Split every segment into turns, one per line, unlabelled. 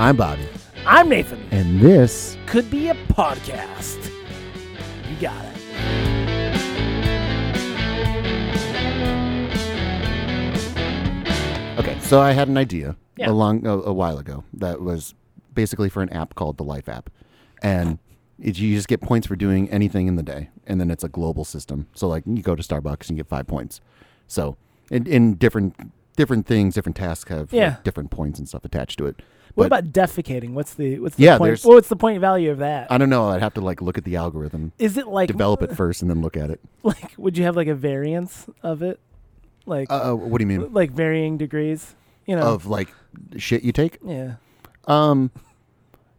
I'm Bobby,
I'm Nathan.
and this
Could be a podcast. You got it.
Okay, so I had an idea
Yeah.
a long a, a while ago that was basically for an app called the Life app, and it, you just get points for doing anything in the day, and then it's a global system. So like you go to Starbucks and you get five points. So in, in different different things, different tasks have like,
Yeah.
different points and stuff attached to it.
What
But
about defecating? What's the what's the
Yeah,
point?
there's-
Well, what's the point value of that? Is
I don't know. I'd have to like look at the algorithm,
it like
develop it first, and then look at it.
like would you have like a variance of it, like
Uh, uh, what do you mean
like varying degrees? You know,
of like shit you take?
yeah,
Um,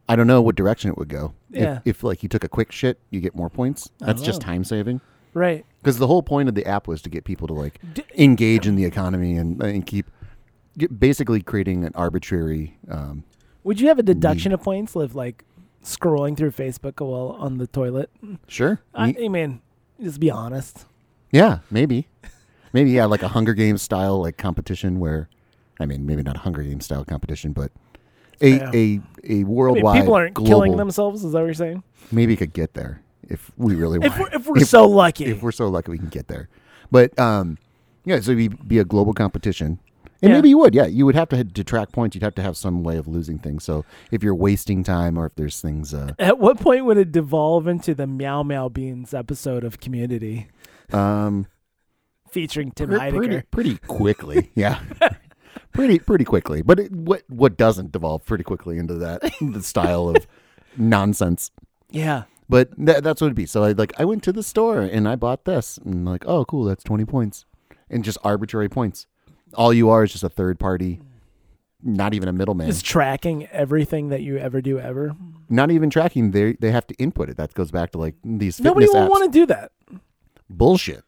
I don't know what direction it would go. If-
Yeah.
If, like you took a quick shit, you get more points. That's just
Oh.
time saving.
right.
Because the whole point of the app was to get people to like
D-
engage in the economy and, and keep get- basically creating an arbitrary. Um,
Would you have a deduction of points of like scrolling through Facebook while on the toilet?
sure.
I,
Ye-
I mean, just be honest.
yeah, maybe. Maybe yeah, like a Hunger Games style like competition where, I mean, maybe not a Hunger Games style competition, but a
Yeah.
a a
I mean,
worldwide
people aren't
global,
killing themselves. Is that what you're saying?
Maybe could get there if we really wanted.
If we're, if we're so lucky,
if we're so lucky we can get there. But um, yeah, so it'd be a global competition. And
Yeah.
maybe you would, yeah. You would have to detract points. You'd have to have some way of losing things. So if you're wasting time or if there's things, uh,
At what point would it devolve into the Meow Meow Beans episode of Community
um,
featuring Tim
pre-
Heidecker?
pretty, pretty quickly, yeah, pretty pretty quickly. But it, what what doesn't devolve pretty quickly into that the style of nonsense.
Yeah.
But tha- that's what it'd be. So I like I went to the store and I bought this and like oh cool that's twenty points and just arbitrary points. All you are is just a third party, not even a middleman,
Just tracking everything that you ever do ever.
not even tracking. They they have to input it. That goes back to like these fitness
Nobody will
apps.
want to do that.
Bullshit.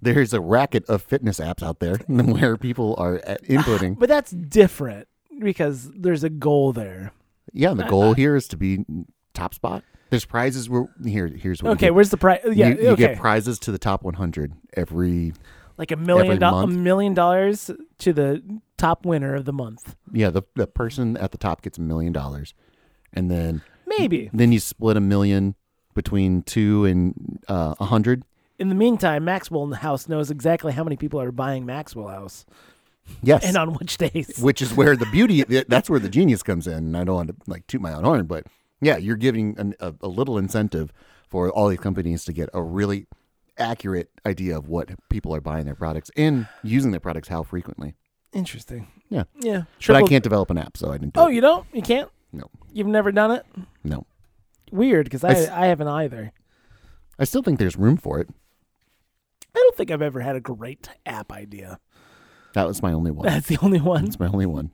There's a racket of fitness apps out there where people are at- inputting.
But that's different because there's a goal there.
Yeah, the goal here is to be top spot. There's prizes. Where here here's what you
Okay,
get.
where's the price? Yeah,
you, you
okay.
get prizes to the top 100 every
like a million
every
dollars,
month.
a million dollars to the top winner of the month.
Yeah, the the person at the top gets a million dollars, and then
Maybe.
then you split a million between two and uh, a hundred.
In the meantime, Maxwell House knows exactly how many people are buying Maxwell House
Yes,
and on which days.
which is where the beauty. that's where the genius comes in. And I don't want to like toot my own horn, but yeah, you're giving an, a, a little incentive for all these companies to get a really accurate idea of what people are buying their products and using their products how frequently.
Interesting.
Yeah.
Yeah.
but
Triple-
I can't develop an app, so I didn't. Do
Oh,
it.
you don't? You can't?
No.
You've never done it?
no,
Weird, because
I
I,
s-
I haven't either.
I still think there's room for it.
I don't think I've ever had a great app idea.
That was my only one.
That's the only one.
That's my only one.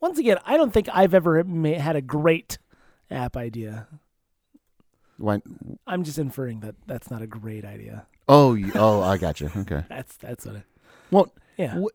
Once again, I don't think I've ever ma- had a great app idea.
Why,
I'm just inferring that that's not a great idea.
Oh, you, oh, I got you. Okay.
That's that's what. I,
Well,
yeah.
what,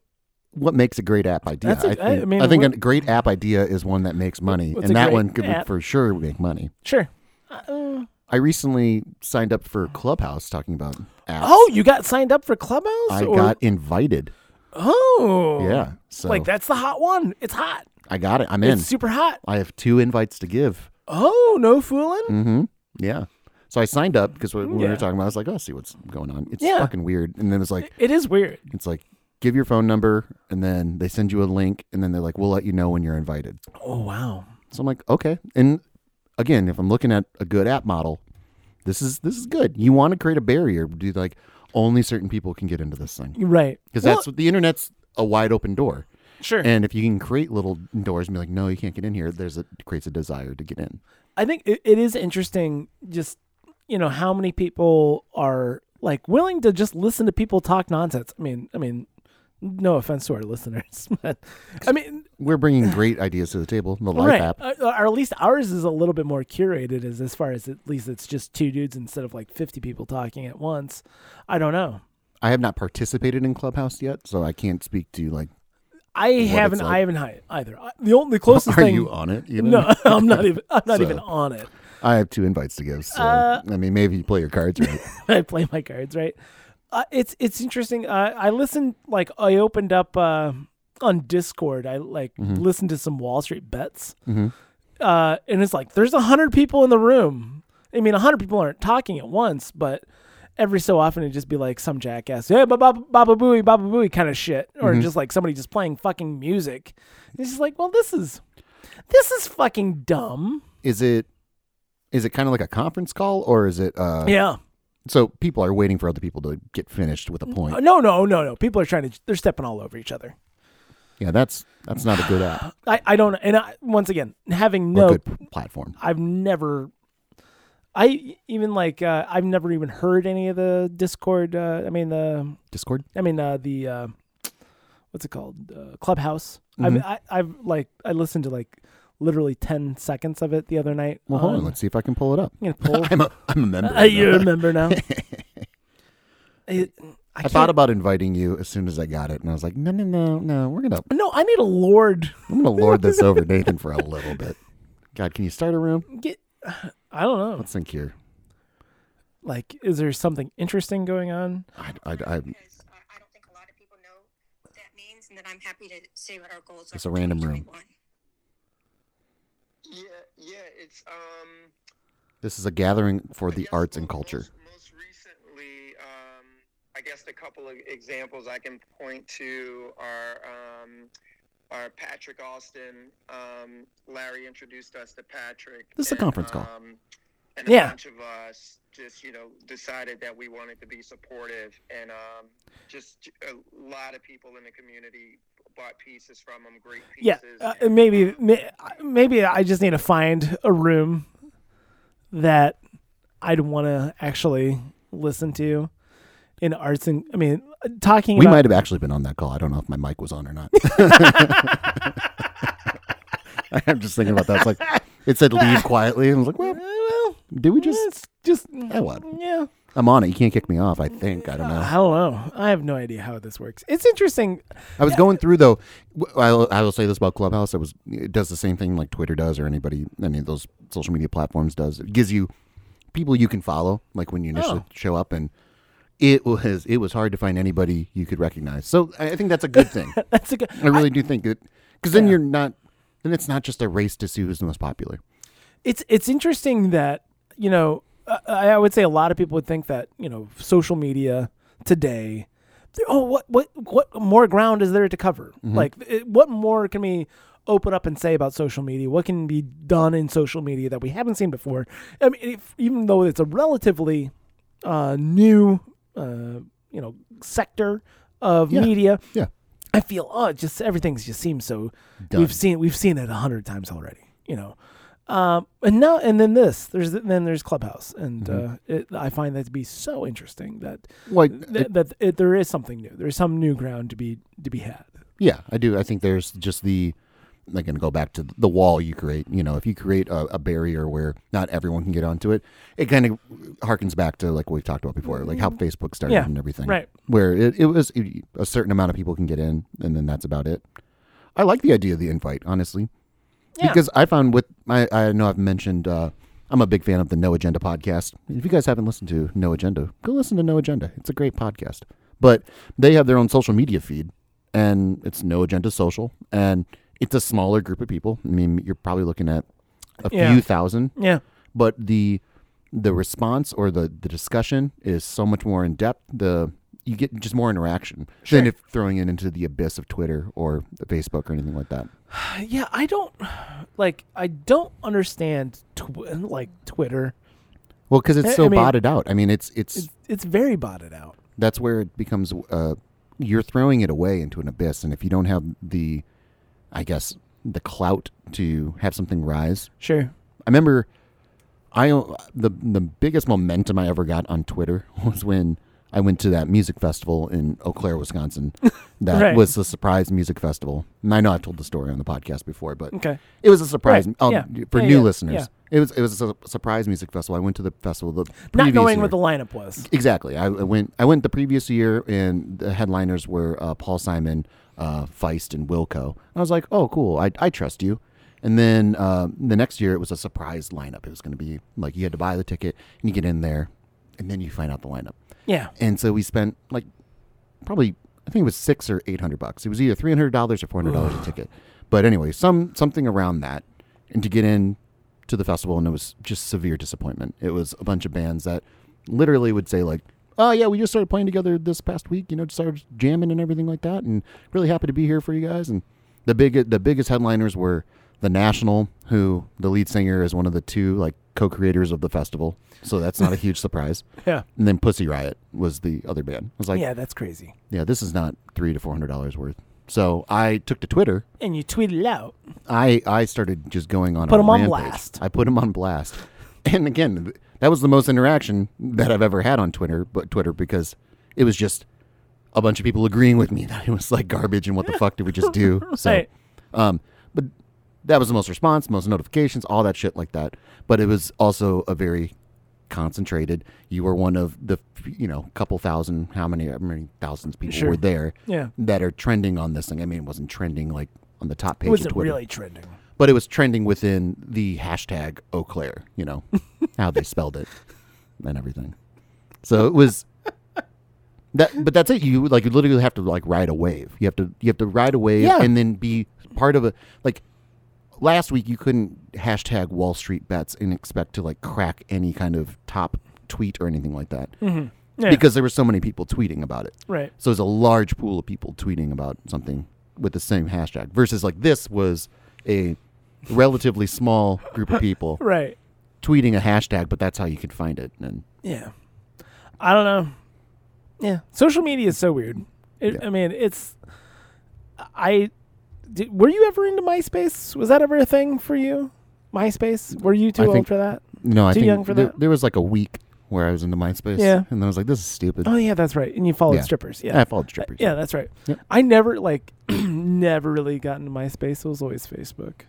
what makes a great app idea?
That's a-
I think,
I- I
I
mean,
think
what-
a great app idea is one that makes money,
What's
and
a
that
great
one could
app?
for sure make money.
Sure. Uh,
I recently signed up for Clubhouse talking about apps.
oh, you got signed up for Clubhouse?
I
Or-
got invited.
Oh.
Yeah. So
Like that's the hot one. It's hot.
I got it. I'm in.
It's super hot.
I have two invites to give.
Oh, no fooling.
Mm-hmm. Yeah. So I signed up because when we
Yeah.
were talking about, it, I was like, "Oh, see what's going on." It's
Yeah.
fucking weird. And then it was like,
It is weird.
"It's like give your phone number," and then they send you a link, and then they're like, "We'll let you know when you're invited."
Oh wow.
So I'm like, okay. And again, if I'm looking at a good app model, this is this is good. You want to create a barrier, do like only certain people can get into this thing
Right.
because
Well,
that's what the internet's a wide open door.
sure.
And if you can create little doors and be like, no, you can't get in here, there's a creates a desire to get in.
I think it, it is interesting just you know how many people are like willing to just listen to people talk nonsense. I mean, I mean no offense to our listeners, but I mean,
We're bringing great ideas to the table. The Life
right?
app,
Uh, or at least ours is a little bit more curated, as as far as at least it's just two dudes instead of like fifty people talking at once. I don't know.
I have not participated in Clubhouse yet, so I can't speak to like.
I
it's
haven't. I
like.
haven't hi- either. I- The only the closest
Are
thing.
you on it? even?
no, I'm not even. I'm not
So-
even on it.
I have two invites to give. So
Uh,
I mean, maybe you play your cards right.
I play my cards right. Uh, it's it's interesting. Uh, I listened like I opened up. Uh, on Discord, I like listened to some Wall Street bets,
Mhm.
uh, and it's like there's a hundred people in the room. I mean, a hundred people aren't talking at once, but every so often it'd just be like some jackass, hey, ba- ba- baba booey, baba booey kind of shit, or just like somebody just playing fucking music. It's just like, well, this is this is fucking dumb.
Is it is it kind of like a conference call or is it uh
Yeah.
so people are waiting for other people to get finished with a point.
No, no, no, no. People are trying to. They're stepping all over each other.
Yeah, that's that's not a good app
I, I don't. And I, once again, having
or
no,
good p- platform.
I've never. I even like uh, I've never even heard any of the Discord. Uh, I mean the
Discord?
I mean uh, the uh, what's it called uh, Clubhouse. I
Mm-hmm.
mean I I've like I listened to like literally ten seconds of it the other night.
Well, hold on.
on-
Let's see if I can pull it up.
I'm gonna pull.
I'm a I'm a member.
Uh, you remember now? I,
I
can't-
thought about inviting you as soon as I got it, and I was like, no, no, no, no. We're gonna
no. I need a lord.
I'm gonna lord this over Nathan for a little bit. God, can you start a room?
Get. I don't know.
Let's think here.
Like, is there something interesting going on?
I, I, I,
because uh, I don't think a lot of people know what that means, and then I'm happy to say what our goals are.
It's a
for
random room.
2021.
Yeah, yeah, it's um
this is a gathering for
I
the
guess
arts
mo-
and culture.
Most, most recently, um, I guess the couple of examples I can point to are um, are Patrick Austin. Um, Larry introduced us to Patrick.
This is a
and,
conference call.
Um, and a
Yeah.
bunch of us just you know decided that we wanted to be supportive, and um, just a lot of people in the community bought pieces from them, great
Yeah,
pieces.
uh,
and,
maybe
um,
may- maybe I just need to find a room that I'd want to actually listen to in arts and I mean talking
We
about
might have actually been on that call. I don't know if my mic was on or not. I'm just thinking about that. It's like it said leave quietly, and I was like,
Eh,
well,
well
did we just?
just just mm,
Oh, what?
yeah
I'm on it. You can't kick me off. I think. I don't know.
I don't know I have no idea how this works it's interesting
I was going through though. w- I'll, I will say this about Clubhouse. It was it does the same thing like Twitter does or anybody any of those social media platforms does. It gives you people you can follow like when you initially
Oh.
show up and it was it was hard to find anybody you could recognize. So I I think that's a good thing.
that's a good
I really do think that because then you're not then it's not just a race to see who's the most popular.
it's it's interesting that you know I, I would say a lot of people would think that you know social media today they're, oh what what what more ground is there to cover like it, what more can we open up and say about social media what can be done in social media that we haven't seen before i mean if, even though it's a relatively uh, new uh, you know sector of
Yeah.
media
Yeah.
I feel oh, it just everything's just seems so.
Done.
We've seen we've seen it a hundred times already, you know. Um, and now and then this there's then there's Clubhouse, and uh, it, I find that to be so interesting that
Like
that, that it, there is something new. There's some new ground to be to be had.
Yeah, I do. I think there's just the I'm not going to go back to the wall you create. You know, if you create a, a barrier where not everyone can get onto it, it kind of harkens back to like what we've talked about before, like how Facebook started
Yeah,
and everything.
right.
Where it, it was a certain amount of people can get in, and then that's about it. I like the idea of the invite, honestly,
Yeah.
because I found with my I know I've mentioned uh, I'm a big fan of the No Agenda podcast. If you guys haven't listened to No Agenda, go listen to No Agenda. It's a great podcast. But they have their own social media feed, and it's No Agenda Social, and it's a smaller group of people. I mean, you're probably looking at a
Yeah.
few thousand,
Yeah,
but the the response or the the discussion is so much more in depth. The you get just more interaction than if throwing it into the abyss of Twitter or Facebook or anything like that.
yeah. I don't like. I don't understand tw- like Twitter.
Well, because
I-
it's so
I mean-
botted out. I mean, it's it's
It's, it's very botted out.
that's where it becomes uh, you're throwing it away into an abyss and if you don't have the i guess the clout to have something rise
Sure.
i remember i uh, the the biggest momentum i ever got on twitter was when i went to that music festival in eau claire wisconsin that
Right.
was the surprise music festival and i know i've told the story on the podcast before but
Okay.
it was a surprise
Right,
um,
yeah.
for
Yeah,
new
yeah,
listeners
yeah.
it was it was a su- surprise music festival i went to the festival the
Not
previous
knowing
year.
what the lineup was.
Exactly. I I went. I went the previous year, and the headliners were uh, Paul Simon, uh, Feist, and Wilco. I was like, "Oh, cool. I, I trust you." And then uh, the next year, it was a surprise lineup. It was going to be like you had to buy the ticket, and you get in there, and then you find out the lineup.
Yeah.
And so we spent like probably I think it was six or eight hundred bucks. It was either three hundred dollars or four hundred dollars a ticket. But anyway, some something around that, and to get in to the festival, and it was just severe disappointment. It was a bunch of bands that literally would say like, "Oh yeah, we just started playing together this past week. You know, just started jamming and everything like that, and really happy to be here for you guys." And the big the biggest headliners were the National, who the lead singer is one of the two like co-creators of the festival, so that's not a huge surprise.
Yeah.
And then Pussy Riot was the other band. I was like,
yeah, that's crazy.
yeah, this is not three to four hundred dollars worth. So I took to Twitter.
And you tweeted it out.
I I started just going on.
Put
a
'em on
rampage.
blast.
I put him on blast, and again, th- that was the most interaction that I've ever had on Twitter. But Twitter because it was just a bunch of people agreeing with me that it was like garbage and what the fuck did we just do? So,
Right.
um, but that was the most response, most notifications, all that shit like that. But it was also a very concentrated. You were one of the you know couple thousand, how many, how many thousands people
Sure.
were there
Yeah.
that are trending on this thing. I mean, it wasn't trending like on the top page
It wasn't
of Twitter,
really trending.
but it was trending within the hashtag Eau Claire, you know, how they spelled it and everything. So it was that, but that's it. You like, you literally have to like ride a wave. You have to, you have to ride a wave
Yeah.
and then be part of a, like last week you couldn't hashtag Wall Street bets and expect to like crack any kind of top tweet or anything like that
Mm-hmm. Yeah.
because there were so many people tweeting about it.
right.
So it's a large pool of people tweeting about something with the same hashtag versus like this was a relatively small group of people
Right.
tweeting a hashtag, but that's how you could find it. And
Yeah. I don't know. Yeah. Social media is so weird. It,
Yeah.
I mean, it's. I. Did, were you ever into MySpace? Was that ever a thing for you? MySpace? Were you too
I
old
think-
for that?
no, I
Too
think
young for
there,
that?
there was like a week where I was into MySpace.
Yeah.
And then I was like, this is stupid.
Oh yeah, that's right. And you followed
Yeah.
strippers.
I
Yeah.
followed strippers.
yeah, that's right.
Yep.
I never like never really got into MySpace. It was always Facebook.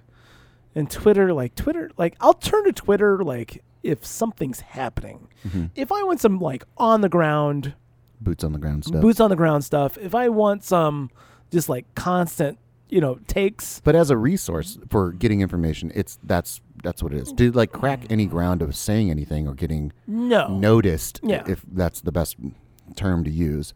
And Twitter, like Twitter, like I'll turn to Twitter like if something's happening.
Mm-hmm.
If I want some like on the ground
Boots on the ground stuff.
boots on the ground stuff. If I want some just like constant, you know, takes.
but as a resource for getting information, it's that's that's what it is. To like crack any ground of saying anything or getting
No.
noticed,
Yeah.
if that's the best term to use,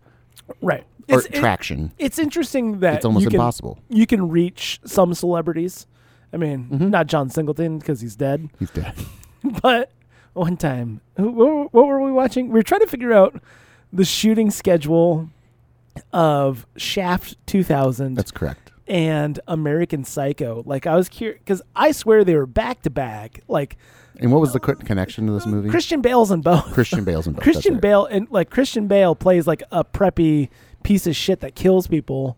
Right.
or
it-
traction.
it's interesting that
It's almost
you can,
impossible.
You can reach some celebrities. I mean,
Mm-hmm.
not John Singleton because he's dead.
He's dead.
But one time, who- what, what were we watching? We were trying to figure out the shooting schedule of Shaft 2000
That's correct.
and American Psycho. Like I was curious because I swear they were back to back. Like
And what was the co- connection to this movie?
Christian Bale's in both.
Christian Bale's involved.
Christian Bale and like Christian Bale plays like a preppy piece of shit that kills people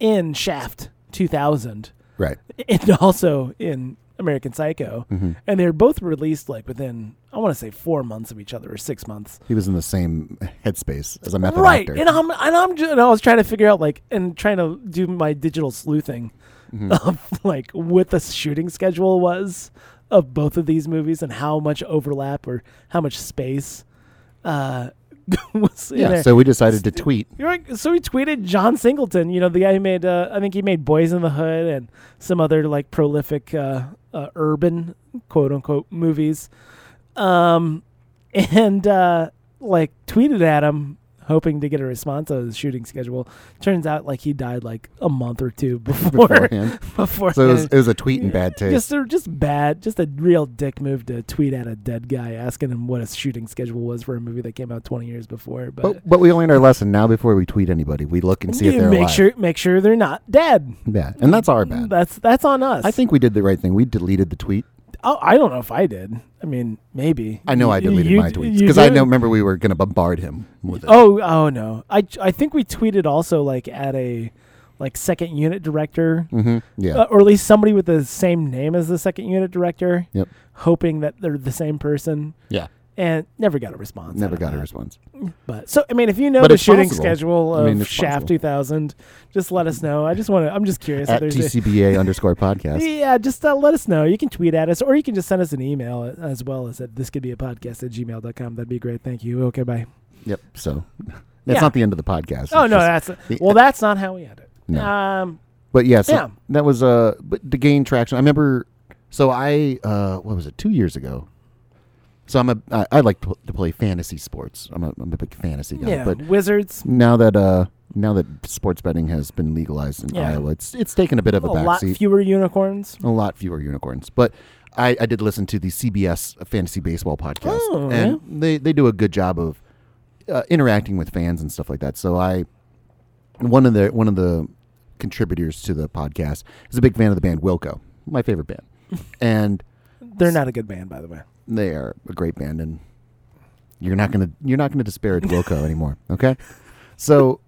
in Shaft 2000
Right.
and also in American Psycho.
Mm-hmm.
And they're both released like within I want to say 4 months of each other or 6 months.
He was in the same headspace as a method
right.
actor.
And I'm and I'm just, and I was trying to figure out like and trying to do my digital sleuthing
Mm-hmm.
of like what the shooting schedule was of both of these movies and how much overlap or how much space uh was in
yeah.
there.
So we decided to tweet.
You're like- so he tweeted John Singleton, you know, the guy who made, uh, I think he made Boys in the Hood and some other like prolific uh, uh, urban quote unquote movies. Um, and uh, like tweeted at him, hoping to get a response on his shooting schedule. Turns out like he died like a month or two before.
Beforehand.
before
So it was, it was a tweet in bad taste.
just, they're just bad, just a real dick move to tweet at a dead guy asking him what his shooting schedule was for a movie that came out 20 years before.
but, but we learned our lesson. Now, before we tweet anybody, we look and see if
Yeah,
they're
make
alive.
sure make sure they're not dead.
Yeah, and that's our bad.
That's that's on us.
I think we did the right thing. We deleted the tweet.
Oh, I don't know if I did. I mean, maybe.
I know I
You-
deleted
you-
my tweets
you
because I
did?
know. Remember, we were going to bombard him with it.
Oh, oh no. I I think we tweeted also like at a like second unit director,
hmm Yeah.
uh, or at least somebody with the same name as the second unit director,
yep.
hoping that they're the same person,
Yeah.
and never got a response. out
Never
of
got a
that.
response.
But so I mean, if you know
But
the
it's
shooting
possible.
schedule
I
of
mean, it's
Shaft
possible.
2000, just let us know. I just want to. I'm just curious.
At
if there's a-
TCBA underscore podcast.
Yeah, just uh, let us know. You can tweet at us or you can just send us an email uh, as well as at this could be a podcast at gmail.com. That'd be great. Thank you. Okay, bye.
Yep. So that's
Yeah.
not the end of the podcast. It's
Oh, no,
just-
that's well, that's not how we end it.
No.
Um,
But yeah, so
Yeah.
that was uh but to gain traction. I remember so I uh what was it, two years ago. So I'm a I, I like to, to play fantasy sports. I'm a, I'm a big fantasy guy.
yeah,
But
Wizards.
now that uh now that sports betting has been legalized in
Yeah.
Iowa, it's it's taken a bit of
A
a, backseat.
lot fewer unicorns.
a lot fewer unicorns. But I, I did listen to the CBS Fantasy Baseball podcast,
Oh,
and they, they do a good job of uh, interacting with fans and stuff like that. So I one of the one of the contributors to the podcast is a big fan of the band Wilco, my favorite band, and
They're not a good band, by the way.
they are a great band, and you're not gonna you're not gonna disparage Wilco anymore, okay? So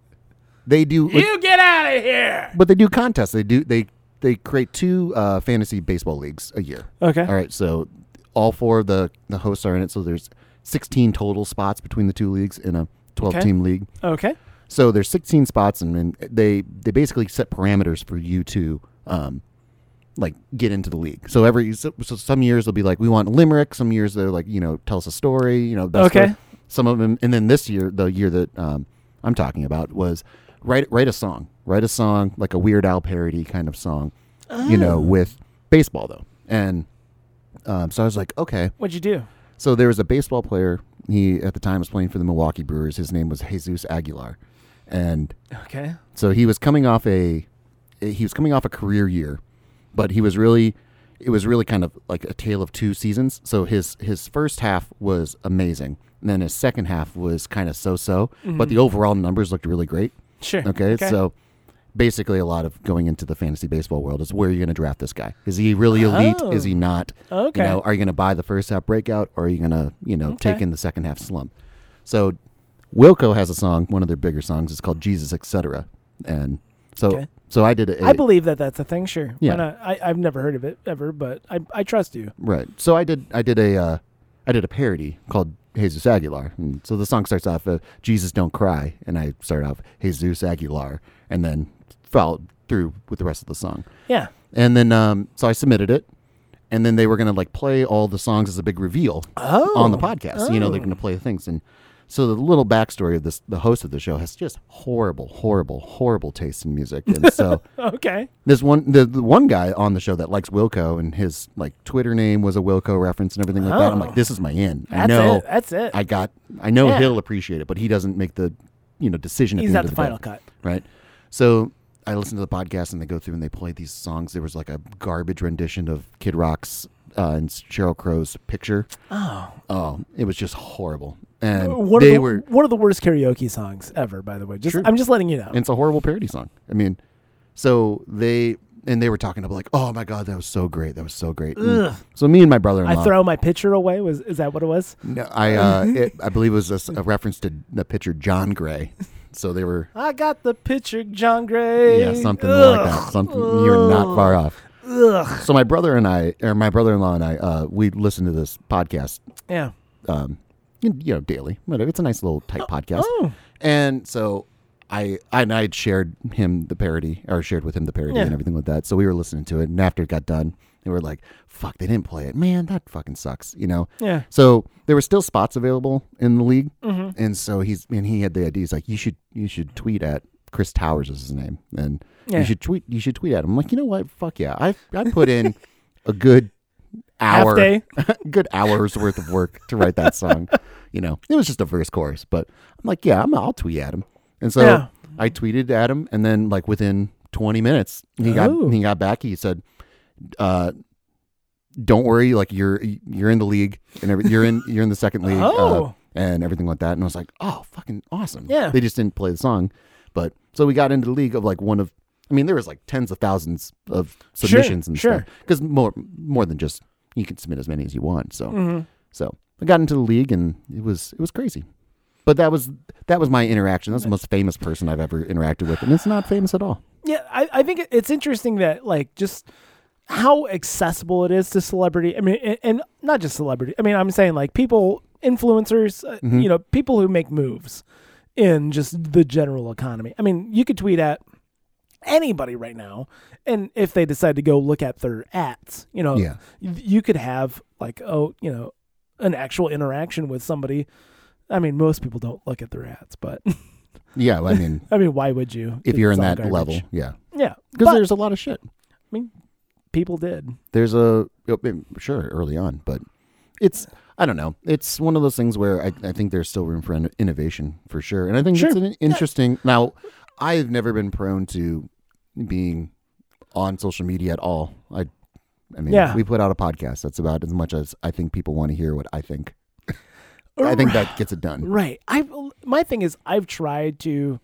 they do
get out of here.
but they do contests. They do they they create two uh, fantasy baseball leagues a year.
Okay.
All right. So all four of the the hosts are in it. So there's 16 total spots between the two leagues in a 12 team league.
Okay.
So there's 16 spots, and, and they they basically set parameters for you to um like get into the league. So every so, so some years they'll be like we want limerick. Some years they're like you know tell us a story. You know best
Okay.
story. Some of them, and then this year the year that um, I'm talking about was write write a song, write a song like a Weird Al parody kind of song. You know with baseball though, and um, so I was like okay.
What'd you do?
So there was a baseball player. He at the time was playing for the Milwaukee Brewers. His name was Jesus Aguilar, and
Okay.
so he was coming off a he was coming off a career year, but he was really it was really kind of like a tale of two seasons. So his his first half was amazing, and then his second half was kind of so so. But the overall numbers looked really great.
Sure.
Okay, so basically a lot of going into the fantasy baseball world is where you're going to draft this guy. Is he really elite?
Oh.
Is he not?
Okay.
You know, are you going to buy the first half breakout or are you going to, you know,
Okay.
take in the second half slump? So Wilco has a song, one of their bigger songs is called Jesus etc. and so
Okay.
so I did it
I believe that that's a thing. Sure.
Yeah.
Why not? I, I've never heard of it ever, but I, I trust you.
right. So I did I did a uh, I did a parody called Jesus Aguilar. And so the song starts off uh, Jesus don't cry and I start off Jesus Aguilar and then followed through with the rest of the song.
Yeah.
And then um, so I submitted it, and then they were gonna like play all the songs as a big reveal
Oh.
on the podcast. You know, they're gonna play the things. And so the little backstory of this, the host of the show has just horrible, horrible, horrible taste in music. And so
Okay.
this one, the, the one guy on the show that likes Wilco, and his like Twitter name was a Wilco reference and everything like that. I'm
Oh.
like, this is my in. I
That's
know.
it. That's it.
I got. I know
Yeah.
he'll appreciate it, but he doesn't make the you know decision. At
He's
the
not
end
the
of the day
final cut.
right? So I listened to the podcast and they go through and they play these songs. There was like a garbage rendition of Kid Rock's uh, and Cheryl Crow's picture.
Oh. Uh,
Oh, it was just horrible. And
One
they
of the,
were,
one of the worst karaoke songs ever, by the way. Just
True.
I'm just letting you know.
and it's a horrible parody song. I mean, so they, and they were talking about like, oh my God, that was so great. That was so great. And
Ugh.
So me and my brother in
I
law,
throw Mm-hmm. my pitcher away. Was is that what it was?
I, uh, it, I believe it was a, s- a reference to the picture John Gray. So they were,
I got the pitcher, John Gray.
yeah, something like
Ugh.
that. Something, you're not far off.
Ugh.
So my brother and I, or my brother-in-law and I, uh, we listen to this podcast,
Yeah.
um, you you know, daily. Whatever. It's a nice little tight podcast.
Oh.
And so I, I, and I had shared him the parody, or shared with him the parody
Yeah.
and everything like that. So we were listening to it, and after it got done, they were like, "Fuck, they didn't play it, man. That fucking sucks," you know.
Yeah.
So there were still spots available in the league,
Mm-hmm.
and so he's and he had the idea. He's like, "You should, you should tweet at." Chris Towers is his name, and
Yeah.
you should tweet. You should tweet at him. I'm like, you know what? Fuck yeah! I I put in a good
Half
hour,
day?
good hours worth of work to write that song. You know, it was just a verse chorus, but I'm like, yeah, I'm, I'll tweet at him. And so
Yeah.
I tweeted at him, and then like within 20 minutes, he got
Oh.
he got back. He said, uh, "Don't worry, like you're you're in the league, and every, you're in you're in the second league, uh,
Oh.
and everything like that." And I was like, "Oh, fucking awesome!"
Yeah.
they just didn't play the song, but so we got into the league of like one of. I mean, there was like tens of thousands of submissions and
sure.
stuff because more more than just you can submit as many as you want. So
Mm-hmm.
so I got into the league and it was it was crazy. But that was that was my interaction. That's the most famous person I've ever interacted with, and it's not famous at all.
Yeah, I, I think it- it's interesting that like just how accessible it is to celebrity. I mean, and, and not just celebrity. I mean, I'm saying like people, influencers, uh,
Mm-hmm.
you know, people who make moves in just the general economy. I mean, you could tweet at anybody right now, and if they decide to go look at their ads, you know,
Yeah.
y- you could have like oh, you know, an actual interaction with somebody. I mean, most people don't look at their ads, but
Yeah, I mean,
I mean, why would you?
if you're
It's
in
all
that
garbage.
level, yeah,
yeah,
because
but-
there's a lot of shit.
I mean, people did.
oh, There's a I mean, sure early on, but it's I don't know. It's one of those things where I, I think there's still room for in- innovation for sure. And I think it's
Sure.
an interesting. Now, I've never been prone to being on social media at all. I, I mean,
Yeah.
we put out a podcast. That's about as much as I think people want to hear what I think. I think that gets it done.
Right. I my thing is I've tried to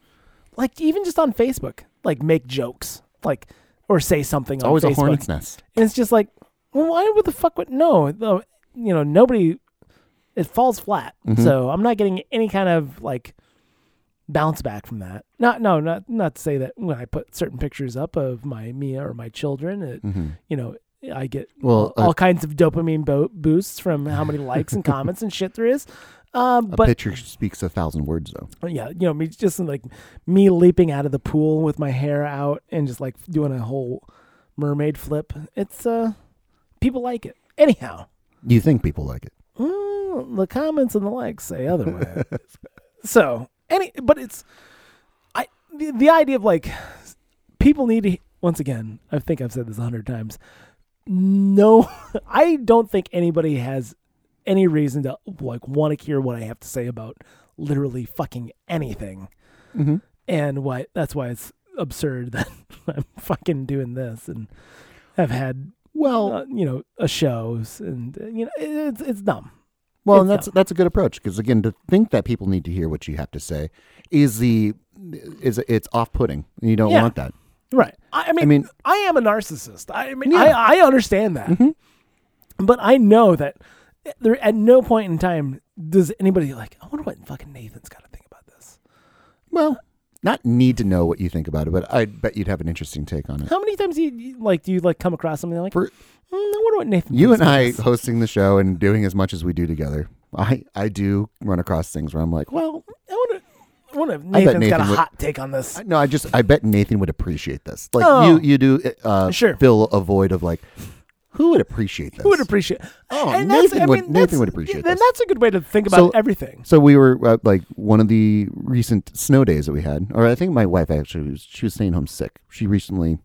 like even just on Facebook, like make jokes, like or say something
It's
on
always
Facebook.
a hornet's nest.
And it's just like, well, why would the fuck would no? Though you know, nobody. It falls flat,
Mm-hmm.
so I'm not getting any kind of like bounce back from that. Not no, not not to say that when I put certain pictures up of my Mia or my children, it
Mm-hmm.
you know I get
Well, uh,
all,
a-
all kinds of dopamine bo- boosts from how many likes and comments and shit there is. Um,
A
but
picture speaks a thousand words, though.
yeah, you know, me just like me leaping out of the pool with my hair out and just like doing a whole mermaid flip. It's uh, people like it. Anyhow,
You think people like it?
mm, the comments and the likes say otherwise. so any, but it's I the, the idea of like people need to once again. I think I've said this a hundred times. No, I don't think anybody has any reason to like want to hear what I have to say about literally fucking anything
Mhm.
and why that's why it's absurd that I'm fucking doing this and I've had
Well,
uh, you know a shows and uh, you know it, it's it's dumb.
Well,
It's
and that's that's a good approach because again, to think that people need to hear what you have to say is the is it's off putting. You don't
Yeah.
want that.
Right. I, I mean, I
mean-
am a narcissist. I, I mean,
Yeah. Mm-hmm.
I, I understand that, but I know that there at no point in time does anybody like. I wonder what fucking Nathan's got to think about this.
Well, not need to know what you think about it, but I bet you'd have an interesting take on it.
How many times do you- you like do you like come across something like?
For-
mm, I wonder what Nathan.
You
thinks
and
about
I
this."
hosting the show and doing as much as we do together, I I do run across things where I'm like, well,
Well, I wonder. I wonder if Nathan's got a
Nathan would-
hot take on this.
I- no, I just I bet Nathan would appreciate this. Like
Oh.
you you do uh,
Sure.
fill a void of like who would appreciate this?
Who would appreciate?
Oh,
and that's-
Nathan
I
would-
mean,
Nathan
that's-
would appreciate
Then
this.
that's a good way to think about
So-
everything.
So we were uh, like one of the recent snow days that we had, or I think my wife actually was, she was staying home sick. She recently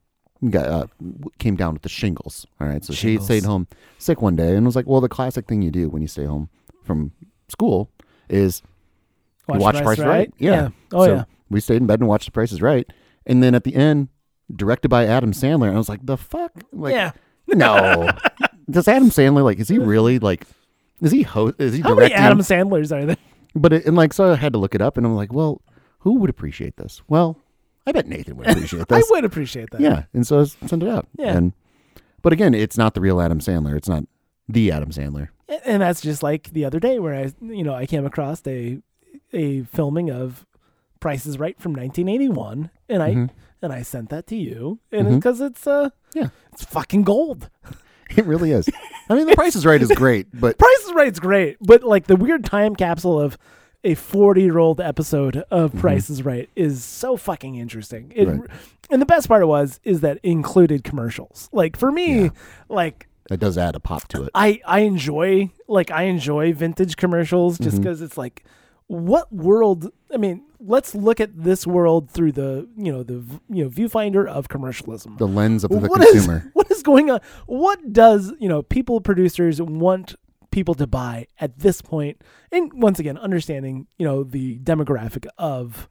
got uh, w- came down with the shingles. All right, so she
Shingles.
stayed home sick one day and was like, "Well, the classic thing you do when you stay home from school is you watch Price Right."
Yeah. Oh
so
yeah.
We stayed in bed and watched The Price is Right, and then at the end, directed by Adam Sandler, and I was like, "The fuck!" Like,
yeah.
no. Does Adam Sandler like? Is he really like? Is he host? Is he
How many
directing?
Adam Sandlers are there?
But it, and like so, I had to look it up, and I'm like, well, who would appreciate this? Well, I bet Nathan would appreciate
I
this.
would appreciate that.
Yeah, and so I s- sent it out.
Yeah.
And but again, it's not the real Adam Sandler. It's not the Adam Sandler.
A- and that's just like the other day where I, you know, I came across a a filming of Price is Right from 1981, and I
Mm-hmm.
and I sent that to you, and because it's uh,
Yeah.
it's fucking gold.
It really is. I mean, The Price is Right is great, but
Price is Right's great, but like the weird time capsule of a 40 year old episode of Price is Right is so fucking interesting. It,
Mm-hmm. Right.
And the best part was is that it included commercials. Like for me,
Yeah.
like
it does add a pop to it.
I I enjoy like I enjoy vintage commercials just
Mm-hmm.
because it's like what world I mean let's look at this world through the you know the v- you know viewfinder of commercialism.
The lens of the
What is-
consumer.
what is going on? What does you know people producers want people to buy at this point? And once again, understanding you know the demographic of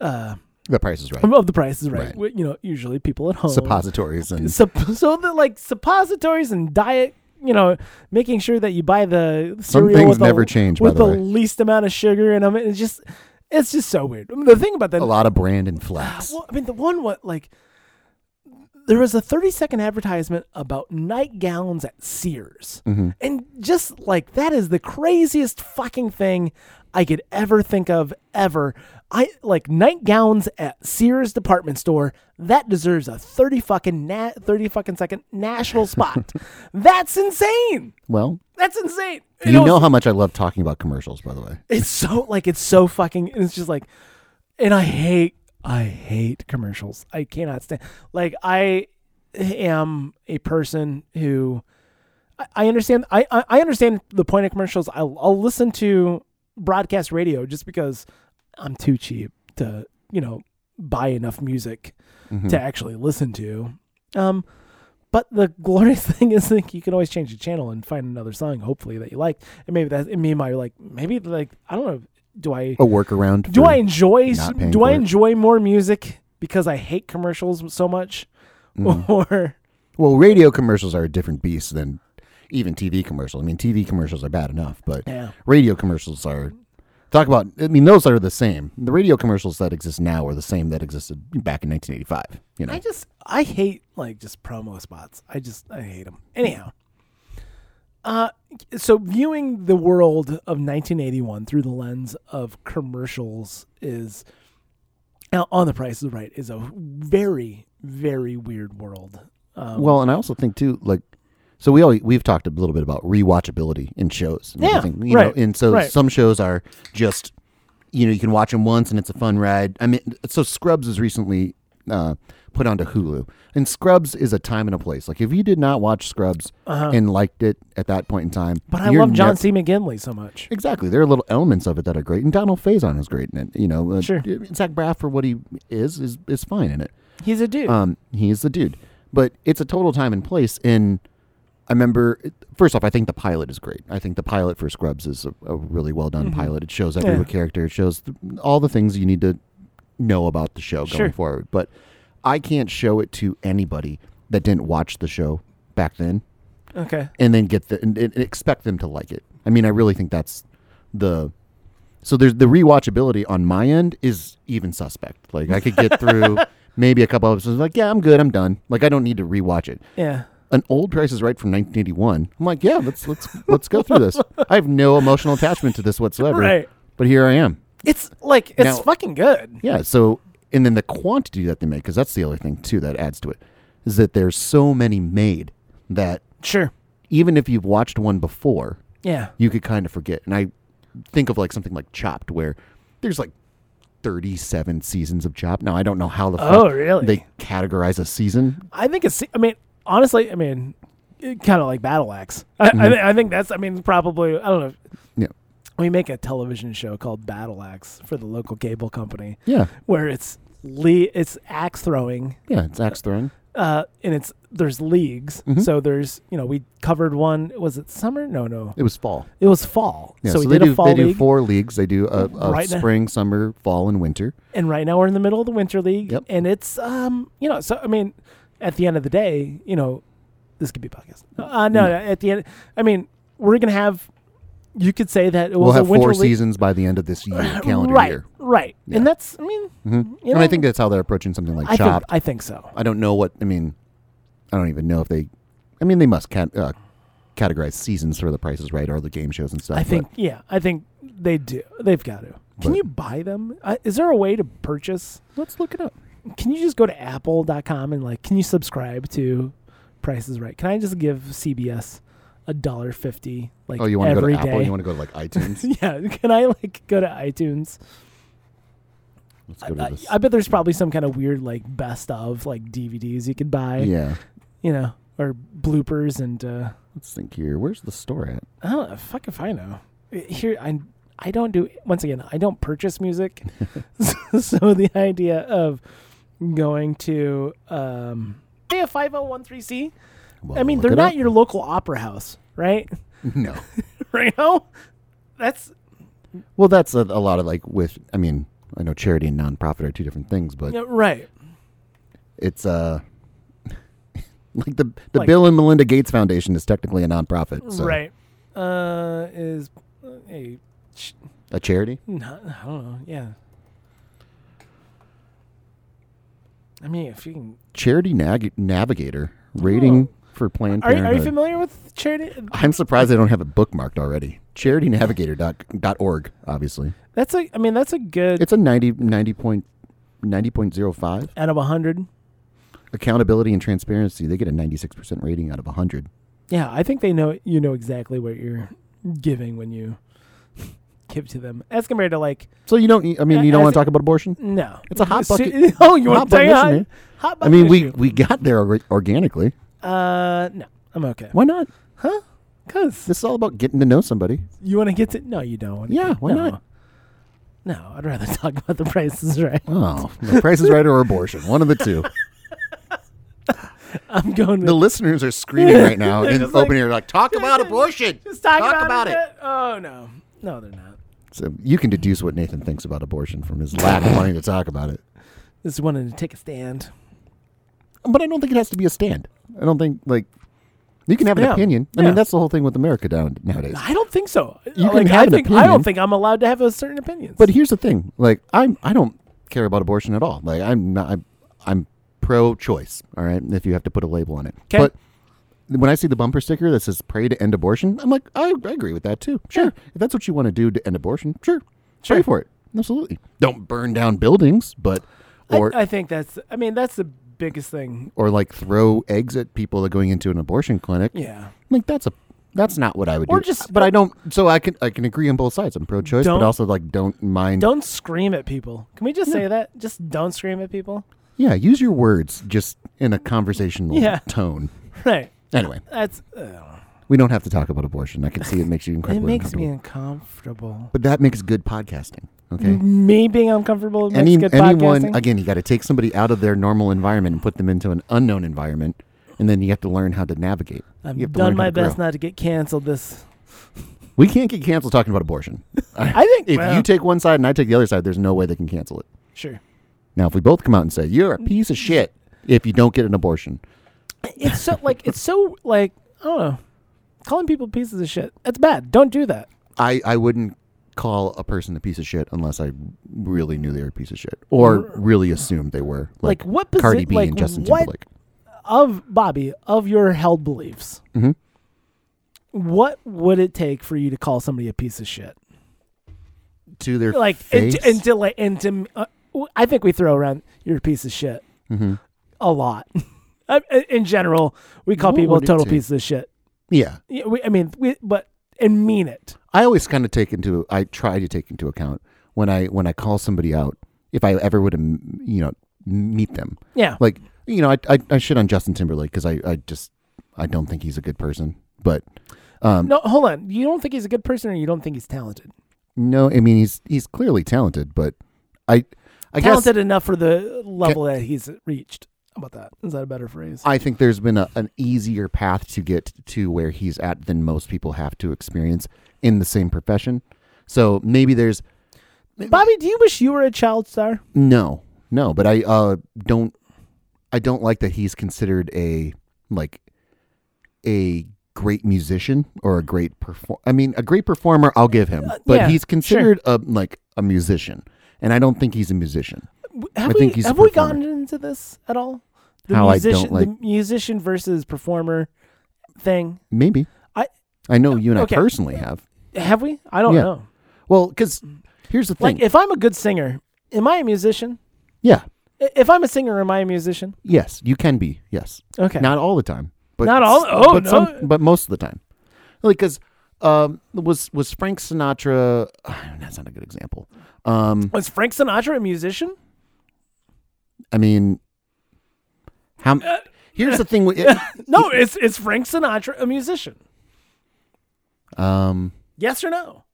uh
The Price is Right.
of the prices right,
Right.
Wi- you know usually people at home
Suppositories and
Sup- so the like suppositories and diet you know making sure that you buy the cereal
things
with the-
never change, by
with
the
the,
way.
least amount of sugar and I mean, it's just it's just so weird I mean, the thing about that
a lot of brand and flex.
well, I mean, the one what like there was a 30 second advertisement about nightgowns at Sears.
Mm-hmm.
And just like that is the craziest fucking thing I could ever think of ever. I like nightgowns at Sears department store. That deserves a 30 fucking na- 30 fucking second national spot. That's insane.
Well,
That's insane. And
you
it was-
know how much I love talking about commercials, by the way.
it's so like it's so fucking and it's just like and I hate I hate commercials. I cannot stand like I am a person who I, I understand I, I I understand the point of commercials. I'll I'll listen to broadcast radio just because I'm too cheap to, you know, buy enough music to actually listen to. Um But the glorious thing is, like, you can always change the channel and find another song, hopefully that you like. And maybe that and me and my like maybe like I don't know. Do I
A workaround.
do
for-
I enjoy s-
not paying
do I
for it.
enjoy more music because I hate commercials so much,
Mm.
or
Well, radio commercials are a different beast than even TV commercials. I mean, TV commercials are bad enough, but
Yeah.
radio commercials are. Talk about. I mean, those are the same. The radio commercials that exist now are the same that existed back in 1985. You know.
I just I hate like just promo spots. I just I hate them. Anyhow, uh, so viewing the world of 1981 through the lens of commercials is now on the Price is Right is a very very weird world. Um,
well, and I also think too, like, so we always we've talked a little bit about rewatchability in shows. And
Yeah,
everything, you
right,
know, and so
right.
some shows are just, you know, you can watch them once and it's a fun ride. I mean, so Scrubs was recently uh, put onto Hulu, and Scrubs is a time and a place. Like, if you did not watch Scrubs and liked it at that point in time,
Uh-huh. but I
you're
love John
nev-
C. McGinley so much.
Exactly, there are little elements of it that are great, and Donald Faison is great in it. You know, uh,
Sure.
Zach Braff for what he is is is fine in it.
He's a dude.
Um, he is the dude. But it's a total time and place. And I remember, first off, I think the pilot is great. I think the pilot for Scrubs is a, a really well done pilot. It shows every
Mm-hmm. Yeah.
character. It shows th- all the things you need to know about the show
Sure.
going forward. But I can't show it to anybody that didn't watch the show back then
okay.
and then get the and, and expect them to like it. I mean, I really think that's the so there's the rewatchability on my end is even suspect. Like I could get through maybe a couple episodes, like yeah, I'm good, I'm done. Like I don't need to rewatch it.
Yeah.
An old Price is Right from 1981. I'm like, yeah, let's let's let's go through this. I have no emotional attachment to this whatsoever.
Right.
But here I am.
It's like it's
Now-
fucking good.
Yeah. So, and then the quantity that they make, because that's the other thing too that adds to it, is that there's so many made that
Sure.
even if you've watched one before,
Yeah.
you could kind of forget. And I think of like something like Chopped, where there's like 37 seasons of Chopped. Now I don't know how the
Oh,
fuck
really?
they categorize a season.
I think it's. I mean, honestly, I mean, kind of like Battle Axe. I,
Mm-hmm.
I, thi- I think that's. I mean, probably. I don't know.
Yeah,
We make a television show called Battle Axe for the local cable company,
yeah,
where it's le- it's axe throwing,
yeah. It's axe throwing.
uh, and it's there's leagues.
Mm-hmm.
So there's you know we covered one. Was it summer? No, no,
It was fall.
it was fall.
Yeah, so,
so, we
they
did
do
a fall
they do
league,
four leagues. They do a, a
Right now-
spring, summer, fall, and winter.
and right now we're in the middle of the winter league.
Yep.
And it's um you know so I mean, at the end of the day, you know, this could be a podcast. Uh, no, no, at the end, I mean, we're gonna have. You could say that it
We'll
was a
have
winter
four
league.
seasons by the end of this year, calendar
right,
year.
Right.
Yeah. Mm-hmm.
And that's, I mean, you know,
and I think that's how they're approaching something like
I think,
Chopped.
I think so.
I don't know what I mean. I don't even know if they. I mean, they must cat, uh, categorize seasons for the prices right or the game shows and stuff.
I
but-
think, yeah, I think they do. They've got to. Can
But-
you buy them? Uh, is there a way to purchase?
Let's look it up.
Can you just go to apple.com and like, can you subscribe to Price is Right? Can I just give CBS a dollar fifty? Like,
Oh, you want to go to
every
Apple?
day?
You want to go to like iTunes?
yeah. Can I like go to iTunes?
Let's go to
I,
this.
Uh, I bet there's probably some kind of weird like best of like DVDs you could buy.
yeah.
You know, or bloopers and. uh
Let's think here. Where's the store at?
I don't know. Fuck if I know. Here, I I don't do. Once again, I don't purchase music, so, so the idea of going to um, say a five hundred one three C.
Well,
I mean,
look
they're
it
not
up.
your local opera house, right?
No.
right now, that's
Well, that's a, a lot of like with. I mean, I know charity and nonprofit are two different things, but
yeah, right.
it's uh like the the
Like-
Bill and Melinda Gates Foundation is technically a nonprofit, so
Right uh, is a ch-
a charity.
not, I don't know. Yeah. I mean, if you can,
Charity nag- Navigator rating for Planned
Oh. are, you-
Parenthood.
are you familiar with charity?
I'm surprised they don't have it bookmarked already. CharityNavigator.org, obviously.
That's a. I mean, that's a good
It's a 90, 90 point, 90.05.
out of a hundred.
Accountability and transparency, they get a 96% rating out of 100.
Yeah, I think they know you know exactly what you're giving when you give to them, as compared to like
So you don't, e, I mean, you
As-
don't want to talk about abortion?
no,
It's a hot
So-
bucket-
oh, you want
hot
to say
button
hot,
issue.
hot
I
bucket
mean, we,
issue.
we got there or- organically.
uh no, I'm okay.
Why not?
Huh? Cause
This is all about getting to know somebody.
you want to get to no, you don't. wanna-
Yeah, why
no.
not?
No, I'd rather talk about the prices, right?
Oh, the price is right or abortion. One of the two.
I'm going to
The listeners are screaming right now
They're
in
just
open
like-
ear, like, talk about abortion.
just talk,
about it.
Oh no, no, they're not.
So you can deduce what Nathan thinks about abortion from his lack of wanting to talk about it.
This is wanting to take a stand.
But I don't think it has to be a stand. I don't think, like, you can have an
Yeah.
opinion. I
Yeah.
mean, that's the whole thing with America down nowadays.
I don't think so.
You can
like,
have
I
an
think I
opinion.
don't think I'm allowed to have a certain opinion.
But here's the thing: like I'm, I don't care about abortion at all. Like I'm not, I'm, I'm pro-choice. All right, if you have to put a label on it.
'Kay.
But when I see the bumper sticker that says "Pray to end abortion," I'm like, I, I agree with that too. Sure, if that's what you want to do to end abortion, sure, pray
Sure.
for it. Absolutely. Don't burn down buildings, but or
I, uh, I think that's. I mean, that's the biggest thing.
or like throw eggs at people that are going into an abortion clinic.
Yeah.
Like that's a that's not what I would
Or
do.
just-
but I don't. So I can I can agree on both sides. I'm pro-choice, but
Don't-
also like don't mind
Don't scream at people. Can we just say that? Just don't scream at people.
Yeah, use your words just in a conversational
Yeah.
tone.
Right.
Anyway,
That's. I don't know.
we don't have to talk about abortion. I can see it makes you
It
incredibly
makes me
uncomfortable.
uncomfortable.
But that makes good podcasting. Okay.
Me being uncomfortable Mm-hmm. makes
Any
good
anyone
podcasting.
again, you got to take somebody out of their normal environment and put them into an unknown environment, and then you have to learn how to navigate. You
I've
have to learn
done
how
my
to grow.
best not to get canceled. This.
We can't get canceled talking about abortion.
I think
if
well,
you take one side and I take the other side, there's no way they can cancel it.
sure.
Now, if we both come out and say you're a piece of shit if you don't get an abortion,
It's so like it's so like I don't know. Calling people pieces of shit. That's bad. Don't do that.
I, I wouldn't call a person a piece of shit unless I really knew they were a piece of shit or really assumed they were. Like,
Like, what
Cardi
posi-
B
like,
and Justin
what-
Timberlake.
Of Bobby, of your held beliefs.
Mhm.
What would it take for you to call somebody a piece of shit?
To their
Like
face.
and, and to like and to uh, I think we throw around "you're a piece of shit"
Mm-hmm.
a lot. I- I- In general, we call
What
people
would it
total
take?
pieces of shit.
yeah.
Yeah, we, I mean, we, but and mean it.
I always kind of take into I try to take into account when I when I call somebody out if I ever would um, you know meet them.
Yeah.
Like you know I I, I shit on Justin Timberlake because I I just I don't think he's a good person. But
no, hold on. You don't think he's a good person, or you don't think he's talented?
no, I mean he's he's clearly talented, but I I guess
talented enough for the level that he's reached. How about that? Is that a better phrase?
I think there's been a, an easier path to get to where he's at than most people have to experience in the same profession. So maybe there's
Bobby, do you wish you were a child star?
no, no, but I uh, don't, I don't like that he's considered a like a great musician or a great perform. I mean, a great performer, I'll give him, but
Uh, yeah,
he's
sure.
considered a like a musician, and I don't think he's a musician.
W- Have
I
we,
think he's a
have we
performer.
gotten into this at all? The
How I don't
musician,
like-
the musician versus performer thing.
Maybe
I
I know you and
Okay.
I personally have.
have we? I don't
Yeah.
know.
Well, because here's the thing.
Like, if I'm a good singer, am I a musician?
yeah.
I- If I'm a singer, am I a musician?
Yes, you can be. Yes.
Okay.
Not all the time, but
Not all-
s-
oh,
but
no.
but most of the time, like because um, was was Frank Sinatra? That's not a good example. Um,
Was Frank Sinatra a musician?
I mean, how?
Uh,
Here's the thing. with it-
No, it's it's Frank Sinatra a musician?
um,
Yes or no?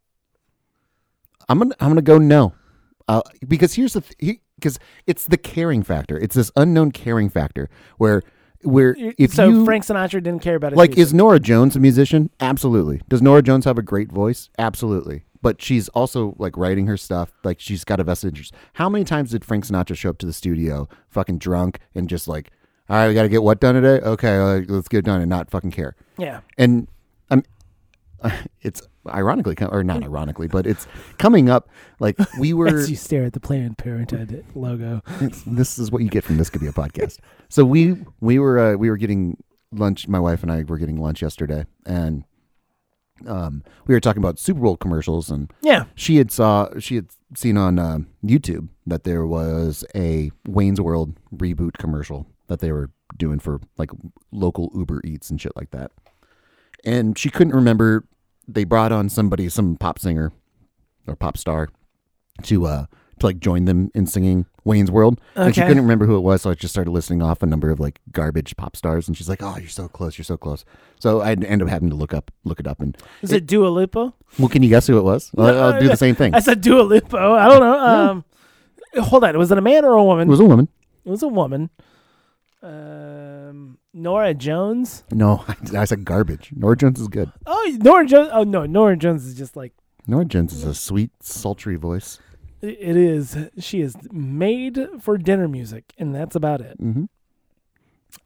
I'm gonna I'm gonna go no, uh, because here's the because it's the caring factor. It's this unknown caring factor where where
You-
if
so
you
Frank Sinatra didn't care about his
like
music.
is Nora Jones a musician? Absolutely. Does Nora Jones have a great voice? Absolutely. But she's also like writing her stuff. Like she's got a vested interest. How many times did Frank Sinatra show up to the studio fucking drunk and just like, all right, we got to get what done today? Okay, uh, let's get it done and not fucking care.
yeah.
And I'm, it's ironically co- or not ironically, but it's coming up. Like we were.
As you stare at the Planned Parenthood logo.
It's- this is what you get from this could be a podcast. So we we were uh, we were getting lunch. My wife and I were getting lunch yesterday, and um, we were talking about Super Bowl commercials, and
Yeah.
she had saw she had seen on uh, YouTube that there was a Wayne's World reboot commercial that they were doing for like local Uber Eats and shit like that. And she couldn't remember. They brought on somebody, some pop singer or pop star, to uh to like join them in singing Wayne's World. And she
Okay.
couldn't remember who it was, so I just started listing off a number of like garbage pop stars. And she's like, "Oh, you're so close, you're so close." So I would end up having to look up look it up. And
Is it Dua Lipa?
well, can you guess who it was? Well, I'll do the same thing.
I said Dua Lipa. I don't know. Um, Hold on. Was it a man or a woman?
It was a woman.
It was a woman. Um, Nora Jones.
No, I, said garbage. Nora Jones is good.
Oh, Nora Jones. Oh no, Nora Jones is just like
Nora Jones is a sweet, sultry voice.
it it is. She is made for dinner music, and that's about it.
Mhm.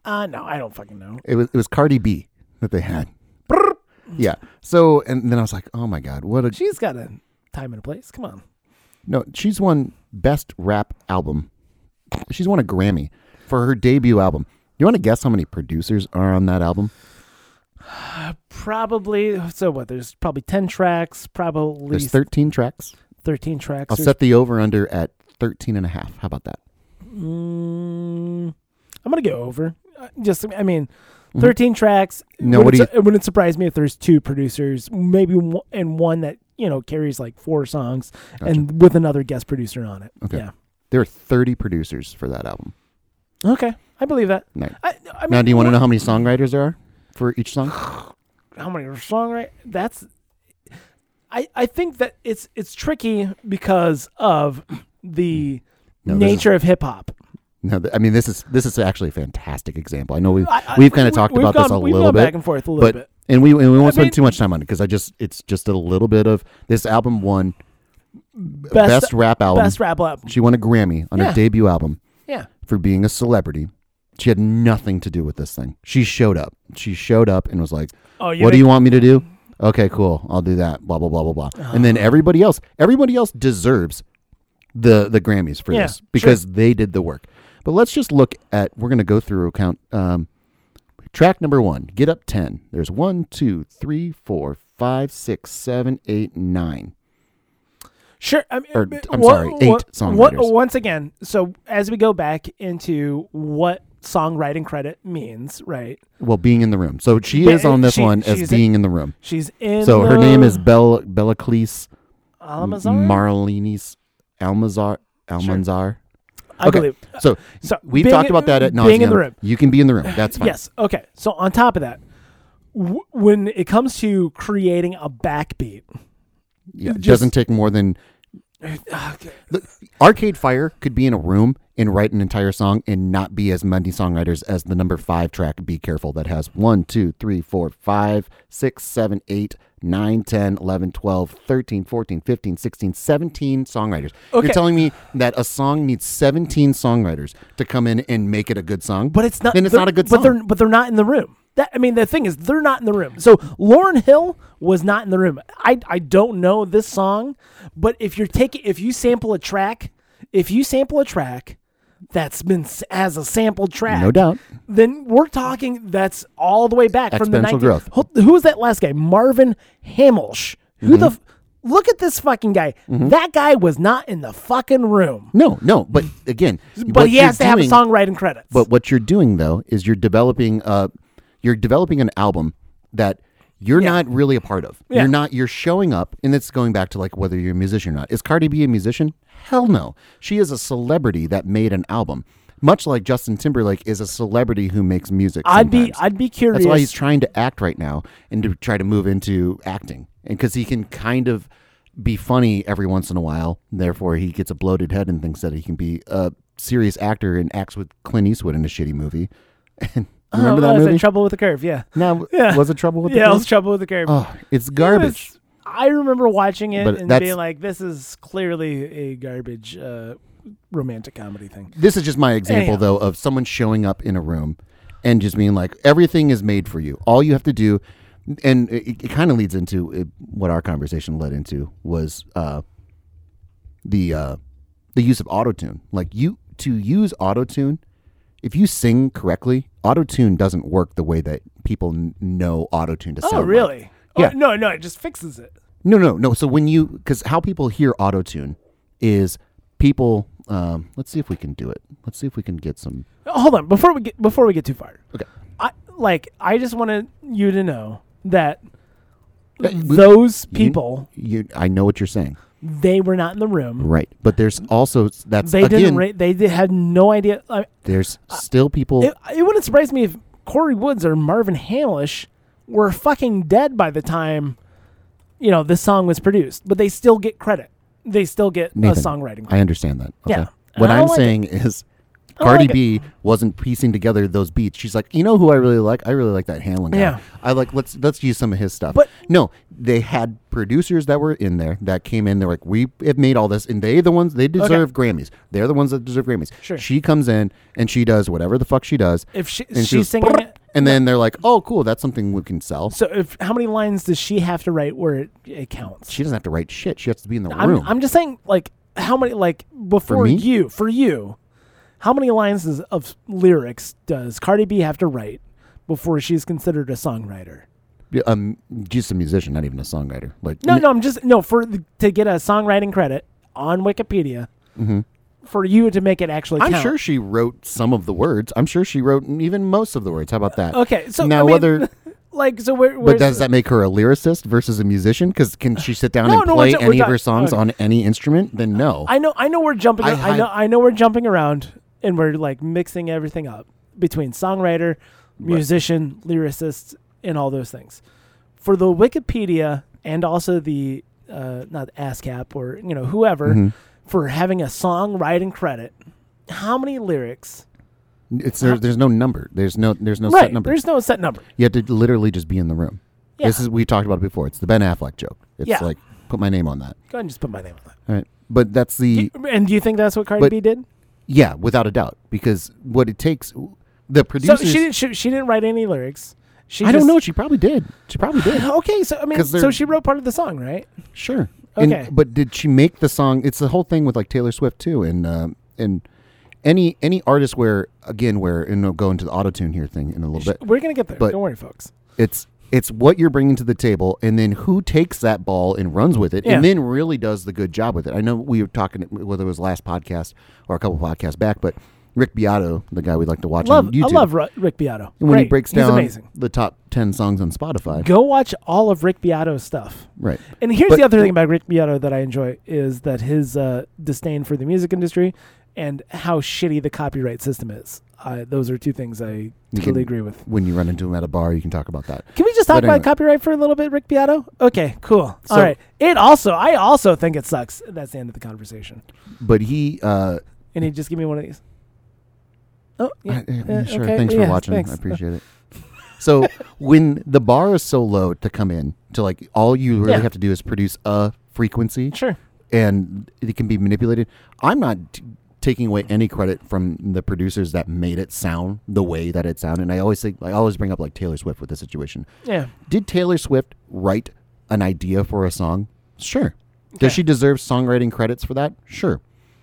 Uh no, I don't fucking know.
It was it was Cardi B that they had. Yeah. So and then I was like, oh my god, what a
She's got a time and a place. Come on.
no. She's won best rap album. She's won a Grammy for her debut album. You want to guess how many producers are on that album?
Probably. So what? There's probably ten tracks. Probably
There's 13 tracks.
thirteen tracks.
I'll
There's-
set the over under at 13 and a half. How about that?
Mm, I'm gonna go over. Uh, Just, I mean, 13 tracks.
No,
wouldn't
Mm-hmm. what do
su- It wouldn't surprise me if there's two producers, maybe one, and one that you know carries like four songs, and with another guest producer on it.
Okay.
Yeah.
There are 30 producers for that album.
Okay, I believe that.
No.
I, I mean,
Now, do you want to know how many songwriters there are for each song?
how many are song right? That's. I I think that it's it's tricky because of the
No, this is-
nature of hip hop.
No, th- I mean this is this is actually a fantastic example. I know we've
I- I-
we've kind of
we-
talked
we've
about this
gone-
a
we've
little
gone
bit,
back and forth a little
but
bit.
and we and we won't spend
mean-
too much time on it because I just it's just a little bit of this album won best,
Best
rap album.
best rap album.
She won a Grammy on
Yeah.
her debut album
Yeah.
for being a celebrity. She had nothing to do with this thing. She showed up. She showed up and was like,
Oh, you
"What do
think-
you want me to do? Okay, cool. I'll do that." Blah blah blah blah blah. And
Ah.
then everybody else, everybody else deserves the the Grammys for
Yeah,
this because they did the work. But let's just look at. We're gonna go through count. Um, track number one, "Get Up 10. There's one, two, three, four, five, six, seven, eight, nine.
Sure. I mean,
Or,
but
I'm
what-
sorry, eight
what-
songwriters.
what- once again, so as we go back into what songwriting credit means, right?
Well, being in the room. So she
But
is on this
she-
one
she's
as
in-
being in the room.
She's in.
So her
the
name is Bel Bella Cleese
Alamazar.
Marlini's Almazar Almanzar.
I
okay.
believe.
So
So
we've
being-
talked about that at nauseam.
being in the room.
You can be in the room. That's fine.
Yes. Okay. So on top of that, w- when it comes to creating a backbeat,
Yeah, it
Just-
doesn't take more than Look, Arcade Fire could be in a room and write an entire song and not be as many songwriters as the number five track "Be Careful" that has one, two, three, four, five, six, seven, eight, nine, 10, 11, 12, 13, 14, 15, 16, 17 songwriters.
Okay.
You're telling me that a song needs 17 songwriters to come in and make it a good song?
but it's not.
Then it's
they're-
not a good song.
but They're, but they're not in the room. That I mean, the thing is, they're not in the room. So Lauren Hill was not in the room. I I don't know this song, but if you're taking, if you sample a track, if you sample a track that's been s- as a sampled track,
No doubt.
Then we're talking that's all the way back from the
Exponential
19,
growth.
Who, who was that last guy? Marvin Hamilsh. Who
Mm-hmm.
the f- look at this fucking guy? That guy was not in the fucking room.
No, no. But again,
But he has to have a
song.
songwriting credits.
But what you're doing though is you're developing uh you're developing an album that you're not really a part of.
Yeah.
You're not you're showing up and it's going back to like whether you're a musician or not. Is Cardi B a musician? Hell no. She is a celebrity that made an album. Much like Justin Timberlake is a celebrity who makes music.
I'd be
sometimes.
I'd be curious.
That's why he's trying to act right now and to try to move into acting. And because he can kind of be funny every once in a while. Therefore, he gets a bloated head and thinks that he can be a serious actor and acts with Clint Eastwood in a shitty movie. And
Oh,
remember
what
that
was
movie?
Trouble with the Curve, yeah.
no,
Yeah.
was it Trouble with
yeah,
the
it
Girl?
was Trouble with the Curve.
Oh, it's
It was-
garbage.
I remember watching it
But
and
that's-
being like, this is clearly a garbage uh, romantic comedy thing.
This is just my example,
Anyhow.
though, of someone showing up in a room and just being like, everything is made for you. All you have to do, and it, it kind of leads into it, what our conversation led into was uh, the uh, the use of autotune. Like you to use autotune, if you sing correctly, autotune doesn't work the way that people n- know autotune to sound.
oh,
like.
really?
Yeah.
Oh, no, no, it just fixes it.
No, no, no. So when you, because how people hear autotune is people. Um, let's see if we can do it. Let's see if we can get some.
Hold on, before we get before we get too far,
Okay.
I like I just wanted you to know that
Uh, we-
those
You-
people
You, I know what you're saying,
they were not in the room.
right? But there's also that's
They
again.
didn't. Ra- they did, had no idea. I,
there's still people.
it, it wouldn't surprise me if Corey Woods or Marvin Hamlish were fucking dead by the time you know this song was produced, but they still get credit. They still get
Nathan,
a songwriting. Credit.
I understand that. Okay?
Yeah.
What
I
I'm
like it.
saying is, Cardi
like it.
B wasn't piecing together those beats. She's like, you know who I really like? I really like that Hanlon guy.
Yeah.
I like let's let's use some of his stuff.
But-
no, they had producers that were in there that came in. They're like, we have made all this, and they the ones they deserve Grammys. They're the ones that deserve Grammys.
Sure.
She comes in and she does whatever the fuck she does.
If she,
and
she's
she goes,
singing
"Brrr,"
it,
and then they're like, oh, cool, that's something we can sell.
so if how many lines does she have to write where it, it counts?
she doesn't have to write shit. She has to be in the
I'm,
room.
I'm just saying, like how many like before
me?
you for you, how many lines is, of lyrics does Cardi B have to write before she's considered a songwriter?
Yeah, um, just a musician, not even a songwriter. Like
No,
n-
no, I'm just no for the, to get a songwriting credit on Wikipedia for you to make it actually.
Mm-hmm. I'm
count.
sure she wrote some of the words. I'm sure she wrote even most of the words. How about that?
Okay, so
now
I mean,
whether
like so where,
but
where's
does that make her a lyricist versus a musician? Because can she sit down
No,
and
no, we're
play
ta- we're
any of
ta-
her songs
okay.
on any instrument? Then no.
I know I know we're jumping
I-
I,
I-
know I know we're jumping around and we're like mixing everything up between songwriter, musician, lyricist and all those things. For the Wikipedia and also the uh, not ASCAP or you know whoever
Mm-hmm.
for having a songwriting credit, how many lyrics?
it's there, there's no number. There's no there's no set
right,
number.
there's no set number.
You have to literally just be in the room.
Yeah.
This is we talked about it before. It's the Ben Affleck joke. It's
Yeah.
like put my name on that.
Go ahead and just put my name on
All right. But that's the
that. And do you think that's what Cardi
But-
B did?
yeah, without a doubt, because what it takes the
So
producers.
she didn't. She, she didn't write any lyrics. She
I don't
just-
know. She probably did. She probably did.
Okay, so I mean,
'Cause they're-
so she wrote part of the song, right?
Sure.
Okay.
And, but did she make the song? It's the whole thing with like Taylor Swift too, and um and any any artist where again where and we'll go into the auto tune here thing in a little bit.
We're gonna get there.
but-
Don't worry, folks.
It's it's what you're bringing to the table, and then who takes that ball and runs with it,
Yeah.
and then really does the good job with it. I know we were talking whether it was last podcast or a couple podcasts back, but Rick Beato, the guy we like to watch
Love,
on YouTube,
I love Ru- Rick Beato.
and when he
Great.
breaks
he's
down
amazing.
the top ten songs on Spotify,
Go watch all of Rick Beato's stuff.
right?
And here's
But-
the other thing about Rick Beato that I enjoy is that his uh, disdain for the music industry and how shitty the copyright system is. I, those are two things I totally
can-
agree with.
When you run into him at a bar, you can talk about that.
Can we just talk
But
about
anyway.
copyright for a little bit, Rick Beato? Okay, cool.
So-
all right. It also, I also think it sucks. That's the end of the conversation.
But he. uh
And he just give me one of these. Oh, yeah.
I- I-
uh,
sure.
okay,
Thanks for
yeah,
watching.
thanks. Uh,
I appreciate it. So when the bar is so low to come in to like all you really
Yeah.
have to do is produce a frequency,
Sure.
and it can be manipulated. I'm not t- taking away any credit from the producers that made it sound the way that it sounded. And I always think I always bring up like Taylor Swift with this situation.
Yeah.
Did Taylor Swift write an idea for a song? Sure. Does
Okay.
she deserve songwriting credits for that? Sure.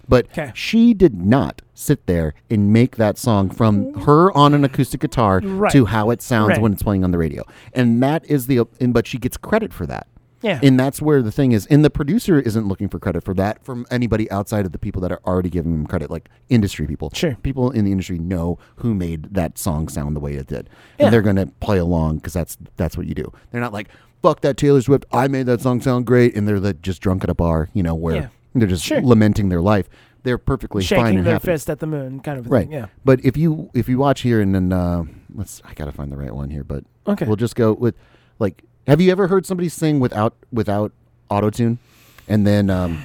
But
Okay.
she did not sit there and make that song from her on an acoustic guitar
Right.
to how it sounds
Right.
when it's playing on the radio. And that is the and but she gets credit for that.
Yeah.
And that's where the thing is. And the producer isn't looking for credit for that from anybody outside of the people that are already giving them credit, like industry people.
Sure.
People in the industry know who made that song sound the way it did.
Yeah.
And they're going to play along because that's, that's what you do. They're not like, fuck that Taylor Swift. I made that song sound great. And they're like, just drunk at a bar, you know, where
Yeah.
they're just
Sure.
lamenting their life. They're perfectly fine
Shaking
and
their
happy.
fist at the moon kind of thing.
Right.
Yeah.
But if you if you watch here and then uh, let's I gotta find the right one here, but
Okay.
we'll just go with like have you ever heard somebody sing without without auto tune? And then um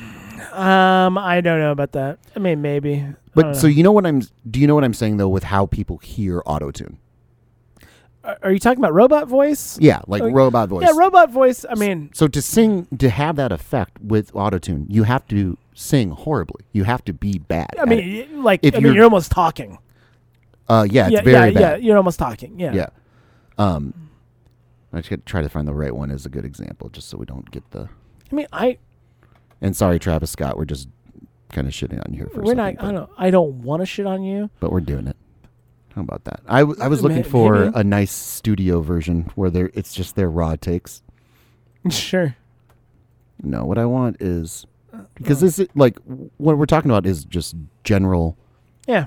Um, I don't know about that. I mean, maybe. I don't
but so
know.
you know what I'm do you know what I'm saying though with how people hear auto tune?
Are- are you talking about robot voice?
Yeah, like
Oh,
robot voice.
Yeah, robot voice. I mean,
so to sing to have that effect with auto tune, you have to sing horribly. You have to be bad.
I
at
mean,
it.
y- like,
If
I mean,
you're-
you're almost talking.
uh yeah, it's
yeah,
very
yeah,
bad.
yeah. You're almost talking. Yeah.
Yeah. Um, I should try to find the right one as a good example, just so we don't get the.
I mean, I
And sorry, Travis Scott, we're just kind of shitting on you here for
we're
a
not.
second,
I don't
but,
know. I don't want to shit on you.
but we're doing it. How about that? I, w- I was looking
Maybe.
for a nice studio version where there it's just their raw takes.
Sure.
No, what I want is because this is like what we're talking about is just general
Yeah.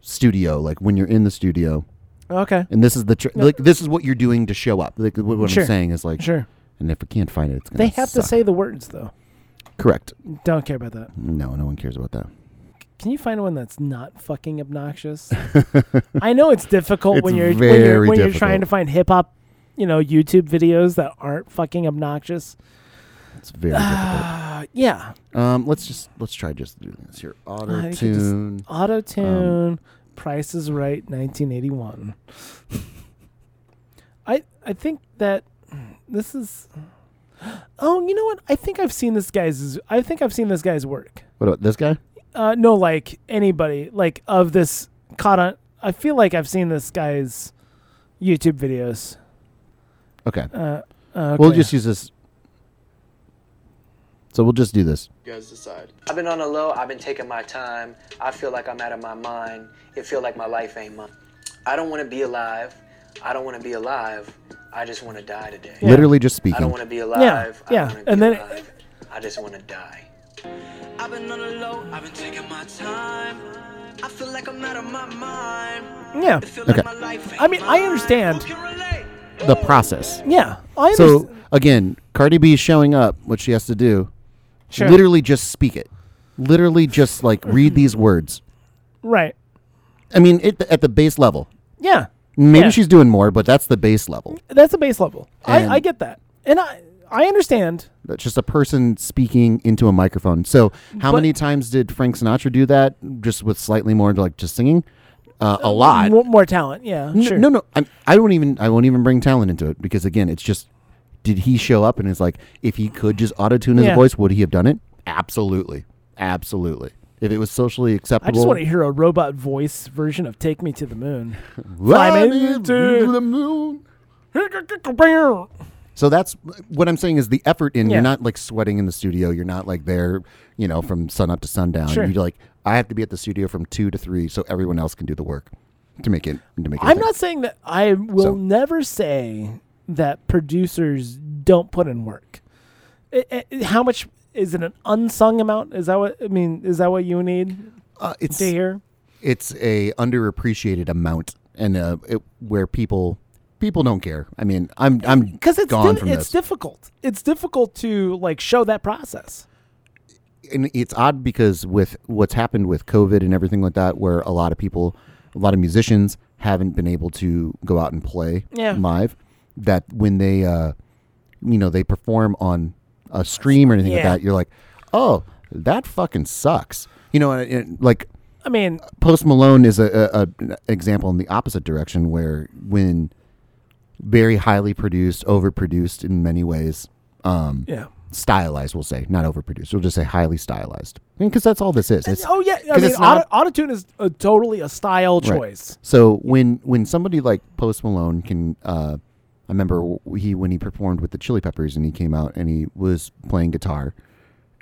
studio, like when you're in the studio,
Okay.
and this is the tr-
No.
like this is what you're doing to show up. Like what, what
Sure.
I'm saying is like,
Sure.
and if we can't find it, it's gonna
They have to
suck.
say the words though.
correct.
Don't care about that.
No, no one cares about that.
Can you find one that's not fucking obnoxious? I know it's difficult when
It's
you're when you're,
very
when you're
difficult.
trying to find hip hop, you know, YouTube videos that aren't fucking obnoxious.
It's very difficult.
Uh, yeah.
Um, let's just let's try just doing this here. Auto
think Uh, you just-
tune.
Auto tune. Price is Right, 1981. I I think that this is. Oh, you know what? I think I've seen this guy's. I think I've seen this guy's work.
What about this guy?
Uh, no, like anybody, like of this caught on. I feel like I've seen this guy's YouTube videos.
Okay.
Uh, okay.
We'll just use this. So we'll just do this.
You guys decide. I've been on a low. I've been taking my time. I feel like I'm out of my mind. It feel like my life ain't mine. I don't want to be alive. I don't want to be alive. I just want to die today.
Yeah.
Literally just
I don't
speaking.
want to be alive. I
yeah,
don't wanna
and
be
then-
alive. I just want to die. I've been on a low. I've been taking my time. I feel like I'm out of my mind.
yeah,
It feel
Okay.
like my life ain't
I mean, I
mine.
understand.
Who can relate?
The process.
yeah. I
So
understand.
again, Cardi B is showing up. What she has to do,
Sure.
literally just speak it. Literally just like read these words.
right.
I mean, it, at the base level.
Yeah,
Maybe
Yeah.
she's doing more, but that's the base level.
that's a base level.
And-
I, I get that, and I I understand.
That's just a person speaking into a microphone. So, how
But-
many times did Frank Sinatra do that? Just with slightly more, like just singing, uh, a lot.
More, more talent. Yeah,
N-
sure.
No, no, I'm, I don't even. I won't even bring talent into it because again, it's just. Did he show up and is like, if he could just auto tune his
Yeah.
voice, would he have done it? Absolutely, absolutely. If it was socially acceptable,
I just want to hear a robot voice version of "Take Me to the Moon."
Fly
Fly me
me
to-
to the moon. So that's what I'm saying is the effort in.
Yeah.
You're not like sweating in the studio. You're not like there, you know, from sun up to sundown.
Sure.
You're like, I have to be at the studio from two to three, so everyone else can do the work to make it. To make it. a
I'm
thing.
not saying that I will
So-
never say that producers don't put in work. I- I- I- how much is it an unsung amount? Is that what I mean? Is that what you need
Uh, it's
to hear?
it's a underappreciated amount, and uh, it, where people people don't care. I mean, I'm I'm
Because it's
gone
di-
from this,
it's difficult. It's difficult to like show that process.
and it's odd because with what's happened with COVID and everything like that, where a lot of people, a lot of musicians haven't been able to go out and play
Yeah.
live. That when they, uh, you know, they perform on a stream or anything
Yeah.
like that, you're like, oh, that fucking sucks. You know, and, and like
I mean,
Post Malone is a, a, a an example in the opposite direction, where when very highly produced, overproduced in many ways, um,
yeah.
stylized, we'll say, not overproduced, we'll just say highly stylized, because that's all this is. It's,
oh yeah. I
'cause
mean,
it's not-
auto tune is a, totally a style
Right.
choice.
So when when somebody like Post Malone can, uh, I remember w- he when he performed with the Chili Peppers and he came out and he was playing guitar,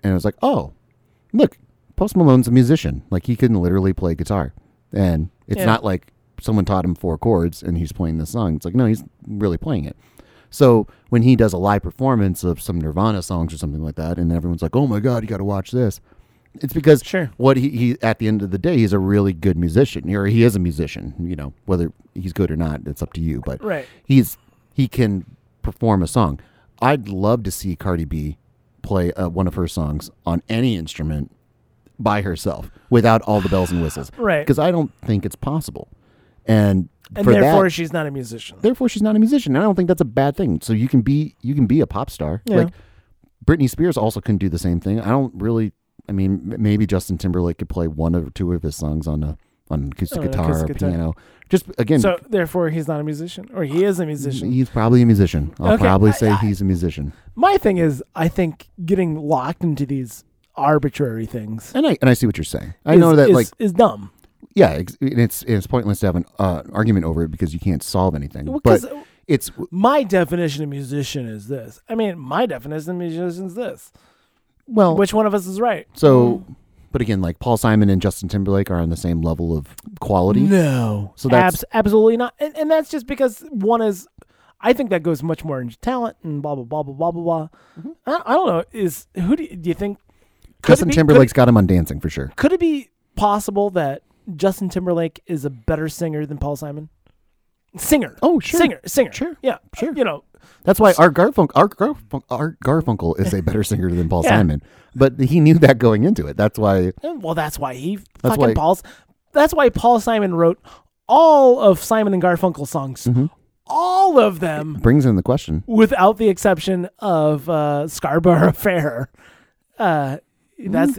and I was like, oh, look, Post Malone's a musician. Like he can literally play guitar, and it's
Yeah.
not like someone taught him four chords and he's playing this song. It's like no, he's really playing it. So when he does a live performance of some Nirvana songs or something like that, and everyone's like, "Oh my God, you got to watch this," it's because
Sure.
what he, he at the end of the day he's a really good musician, or he is a musician. You know whether he's good or not, it's up to you. But
Right.
he's he can perform a song. I'd love to see Cardi B play uh, one of her songs on any instrument by herself without all the bells and whistles.
Right.
Because I don't think it's possible. And,
And
for
therefore,
that,
she's not a musician.
therefore she's not a musician. And I don't think that's a bad thing. So you can be you can be a pop star.
Yeah.
Like Britney Spears also can do the same thing. I don't really. I mean, m- maybe Justin Timberlake could play one or two of his songs on a on acoustic
On an
guitar
acoustic
or
guitar.
piano. Just again,
So therefore, he's not a musician, or he is a musician.
he's probably a musician. I'll
Okay,
probably
I-
say
I-
he's a musician.
My thing is, I think getting locked into these arbitrary things.
And I and I see what you're saying. I
is-
know that
is-
like
is dumb.
yeah, ex- and it's it's pointless to have an uh, argument over it because you can't solve anything.
Well, 'cause,
but
uh,
it's
My definition of musician is this. I mean, my definition of musician is this.
well
Which one of us is right?
so.
Mm.
But again, like Paul Simon and Justin Timberlake are on the same level of quality.
No.
So that's-
Abs- absolutely not. And, and that's just because one is, I think that goes much more into talent and blah blah blah blah blah blah blah. I, I don't know. Is who do you, do you think?
Mm-hmm.
could it
Justin
be- could-
Timberlake's got him on dancing for sure.
could it be possible that Justin Timberlake is a better singer than Paul Simon? Singer.
Oh, sure.
Singer. Singer.
Sure.
Yeah.
Sure.
You know.
That's why Art Garfunkel, Art, Garfun- Art Garfunkel is a better singer than Paul
Yeah.
Simon, but he knew that going into it. That's why
And, well, that's why he
That's
fucking
why-
Paul's.
Mm-hmm.
That's why Paul Simon wrote all of Simon and Garfunkel songs. All all of them
Brings in the question.
without the exception of uh, Scarborough Fair. Uh, that's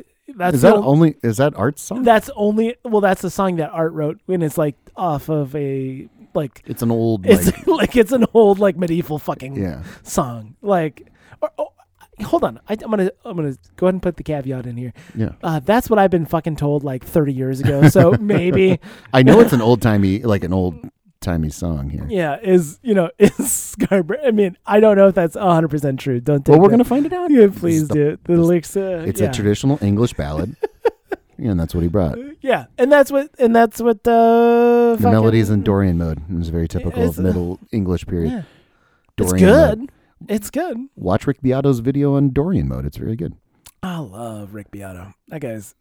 Hmm.
that's
Is that
the on-
only is that art song?
that's only well that's a song that Art wrote and it's like off of a like
it's an old
it's
like
like, it's an old like medieval fucking
yeah.
song like or, oh, hold on I, I'm gonna I'm gonna go ahead and put the caveat in here
Yeah.
uh, that's what I've been fucking told like 30 years ago so maybe
I know it's an old timey like an old timey song here.
yeah is you know is Scarborough I mean I don't know if that's 100 percent true don't take
Well, we're
that-
gonna find it out.
yeah
This is
please
the-
do it. the lyrics uh,
It's
yeah.
a traditional English ballad, and that's what he brought.
yeah and that's what and that's what uh,
The melody is
fucking-
in Dorian mode. and It's very typical
It's,
of
uh,
Middle English period.
yeah. it's
Dorian
good
mode.
it's good
Watch Rick Beato's video on Dorian mode. It's very good.
I love Rick Beato. That guy's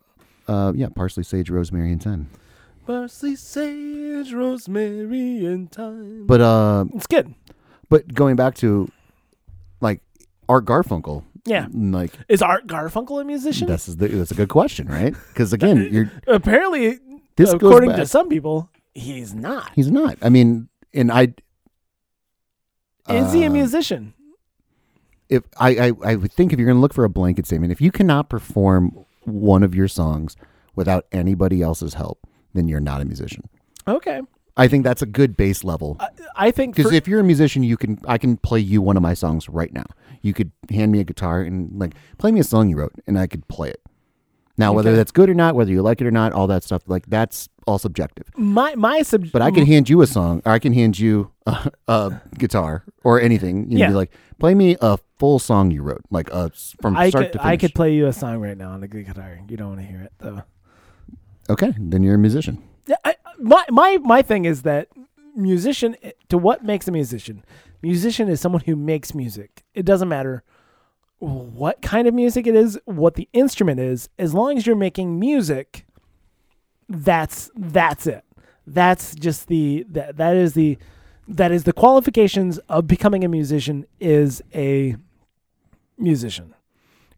Uh, yeah, parsley, sage, rosemary, and thyme.
parsley, sage, rosemary, and thyme.
But uh,
It's good.
but going back to like Art Garfunkel,
Yeah.
like
Is Art Garfunkel a musician?
that's the, that's a good question, right? Because again, you're
Apparently,
This goes
according to
back-
some people, he's not.
he's not. I mean, and I
Is he a
Uh,
musician?
if I, I I would think if you're going to look for a blanket statement, if you cannot perform one of your songs without anybody else's help, then you're not a musician.
Okay.
I think that's a good base level.
I, I think
Because
for,
if you're a musician, you can I can play you one of my songs right now. You could hand me a guitar and like play me a song you wrote, and I could play it. Now, whether
Okay.
that's good or not, whether you like it or not, all that stuff, like that's all subjective.
my my sub,
But I can hand you a song, or I can hand you a, a guitar or anything. You know,
Yeah.
be like, play me a full song you wrote, like uh, s- from
I
start
could
to finish.
I could play you a song right now on the guitar. You don't want to hear it though.
Okay, then you're a musician.
Yeah, I, my my my thing is that musician to what makes a musician? Musician is someone who makes music. It doesn't matter what kind of music it is, what the instrument is, as long as you're making music, that's that's it. That's just the that that is the that is the qualifications of becoming a musician is a musician.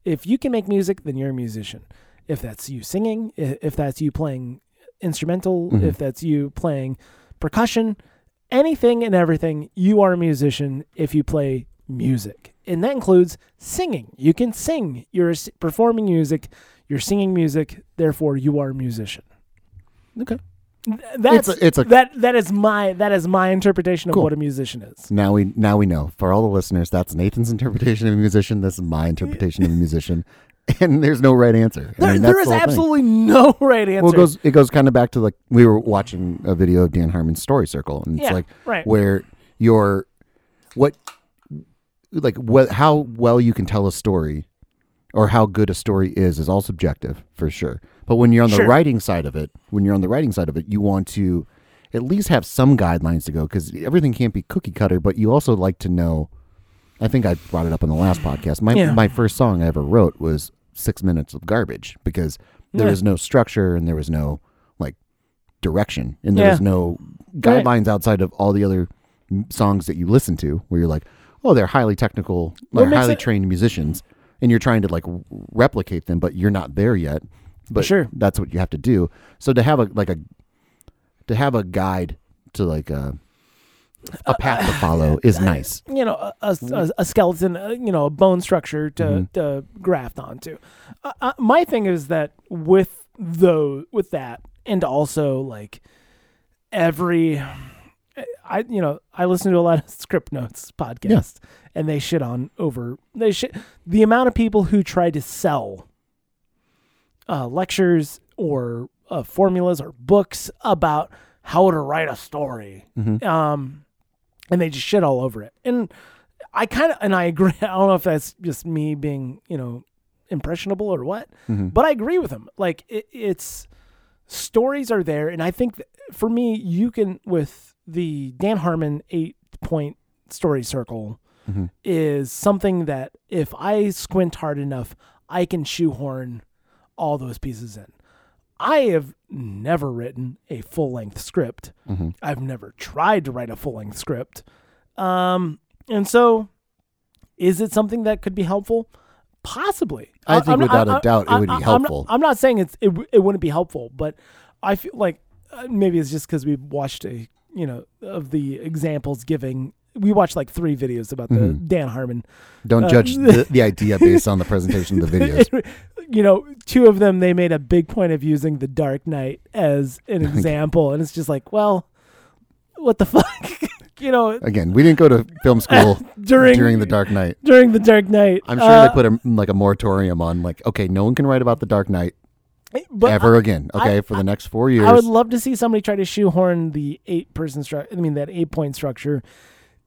If you can make music, then you're a musician. If that's you singing, i- if that's you playing instrumental,
Mm-hmm.
if that's you playing percussion, anything and everything, you are a musician if you play music. And that includes singing. You can sing. You're s- performing music, you're singing music, therefore you are a musician.
Okay.
Th- That's
a- it's a-
that that is my that is my interpretation of
Cool.
what a musician is.
Now we now we know. For all the listeners, that's Nathan's interpretation of a musician. That's my interpretation of a musician, and there's no right answer. I
There,
mean,
there
that's
is
the whole thing.
absolutely no right answer.
Well, it goes it goes kind of back to like we were watching a video of Dan Harmon's Story Circle, and it's
Yeah,
like
right.
where your what like what how well you can tell a story or how good a story is is all subjective for sure. But when you're on the
Sure.
writing side of it, when you're on the writing side of it, you want to at least have some guidelines to go because everything can't be cookie cutter. But you also like to know. I think I brought it up in the last podcast. My
Yeah.
my first song I ever wrote was six minutes of garbage because there
Yeah.
was no structure and there was no like direction and there
Yeah.
was no
Right.
guidelines outside of all the other m- songs that you listen to where you're like oh they're highly technical
What
they're
makes
highly
it-
trained musicians and you're trying to like r- replicate them but you're not there yet but
Sure.
that's what you have to do so to have a like a to have a guide to like a
Uh,
a path to follow is nice
you know, a, a- a- a skeleton, uh, you know, a bone structure to, to graft onto. Uh, uh, my thing is that with though with that, and also like every, I you know, I listen to a lot of script notes podcasts, and they shit on over they shit the amount of people who try to sell uh, lectures or uh, formulas or books about how to write a story. Um, and they just shit all over it. And I kind of and I agree. I don't know if that's just me being you know impressionable or what, but I agree with him. Like it, it's stories are there, and I think that for me, you can with the Dan Harmon eight point story circle is something that if I squint hard enough, I can shoehorn all those pieces in. I have never written a full length script.
Mm-hmm.
I've never tried to write a full length script. Um, and so, is it something that could be helpful? Possibly.
I think without a doubt it would be
I'm not-
helpful.
I'm not saying it's it, w- it wouldn't be helpful, but I feel like uh, maybe it's just because we watched a you know of the examples giving we watched like three videos about the
Mm-hmm.
Dan Harmon. Uh,
Don't judge the, the idea based on the presentation of the videos.
you know, two of them they made a big point of using the Dark Knight as an example, and it's just like, well, what the fuck, you know.
Again, we didn't go to film school
During-
during, the Dark Knight.
During the Dark Knight,
I'm sure
uh,
they put a, like a moratorium on like, okay, no one can write about the Dark Knight
uh, but
ever again. Okay,
I-
for the next four years.
I would love to see somebody try to shoehorn the eight person structure. I mean, that eight point structure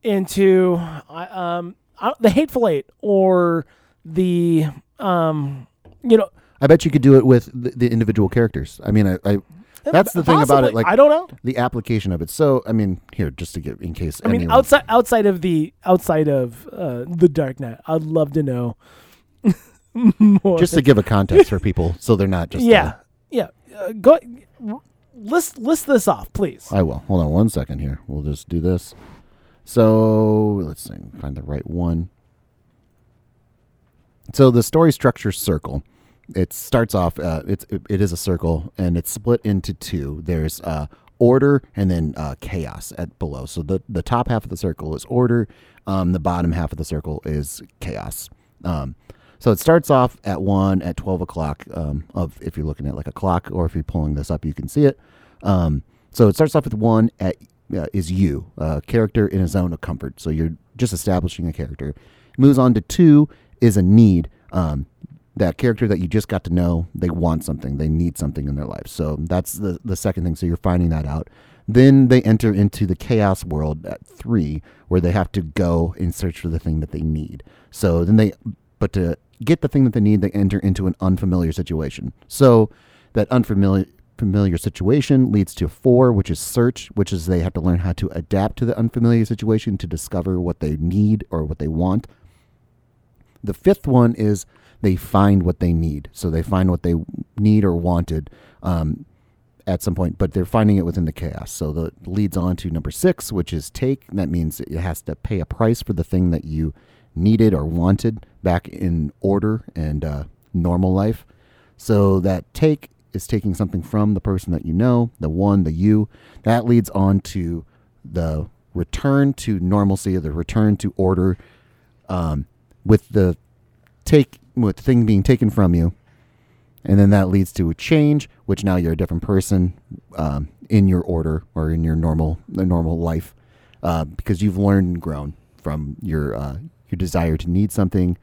into I- um I- the hateful eight or the um you know
I bet you could do it with the, the individual characters. I mean, I, I that's the thing about
possibly-
it. Like
I don't know.
the application of it. So, I mean, here just to get in case.
I mean,
anyone,
outside outside of the outside of uh, the Dark Knight, I'd love to know more.
just to give a context for people, so they're not just
yeah, yeah. Uh, go r- list list this off, please.
uh, I will hold on one second here. We'll just do this. So let's see, find the right one. So the story structure circle. It starts off. Uh, it's it, it is a circle, and it's split into two. There's uh, order and then uh, chaos at below. So the the top half of the circle is order. Um, the bottom half of the circle is chaos. Um, so it starts off at one at twelve o'clock. Um, of if you're looking at like a clock, or if you're pulling this up, you can see it. Um, so it starts off with one at uh, is you, a character in a zone of comfort. So you're just establishing a character. Moves on to two is a need. Um, that character that you just got to know, they want something, they need something in their life. So that's the, the second thing. So you're finding that out. Then they enter into the chaos world at three, where they have to go in search for the thing that they need. So then they, but to get the thing that they need, they enter into an unfamiliar situation. So that unfamiliar familiar situation leads to four, which is search, which is they have to learn how to adapt to the unfamiliar situation to discover what they need or what they want. The fifth one is they find what they need. So they find what they need or wanted um, at some point, but they're finding it within the chaos. So that leads on to number six, which is take. That means it has to pay a price for the thing that you needed or wanted back in order and uh, normal life. So that take is taking something from the person that you know, the one, the you. That leads on to the return to normalcy, the return to order um, with the take with the thing being taken from you, and then that leads to a change, which now you're a different person um, in your order or in your normal the normal life, uh, because you've learned and grown from your uh, your desire to need something,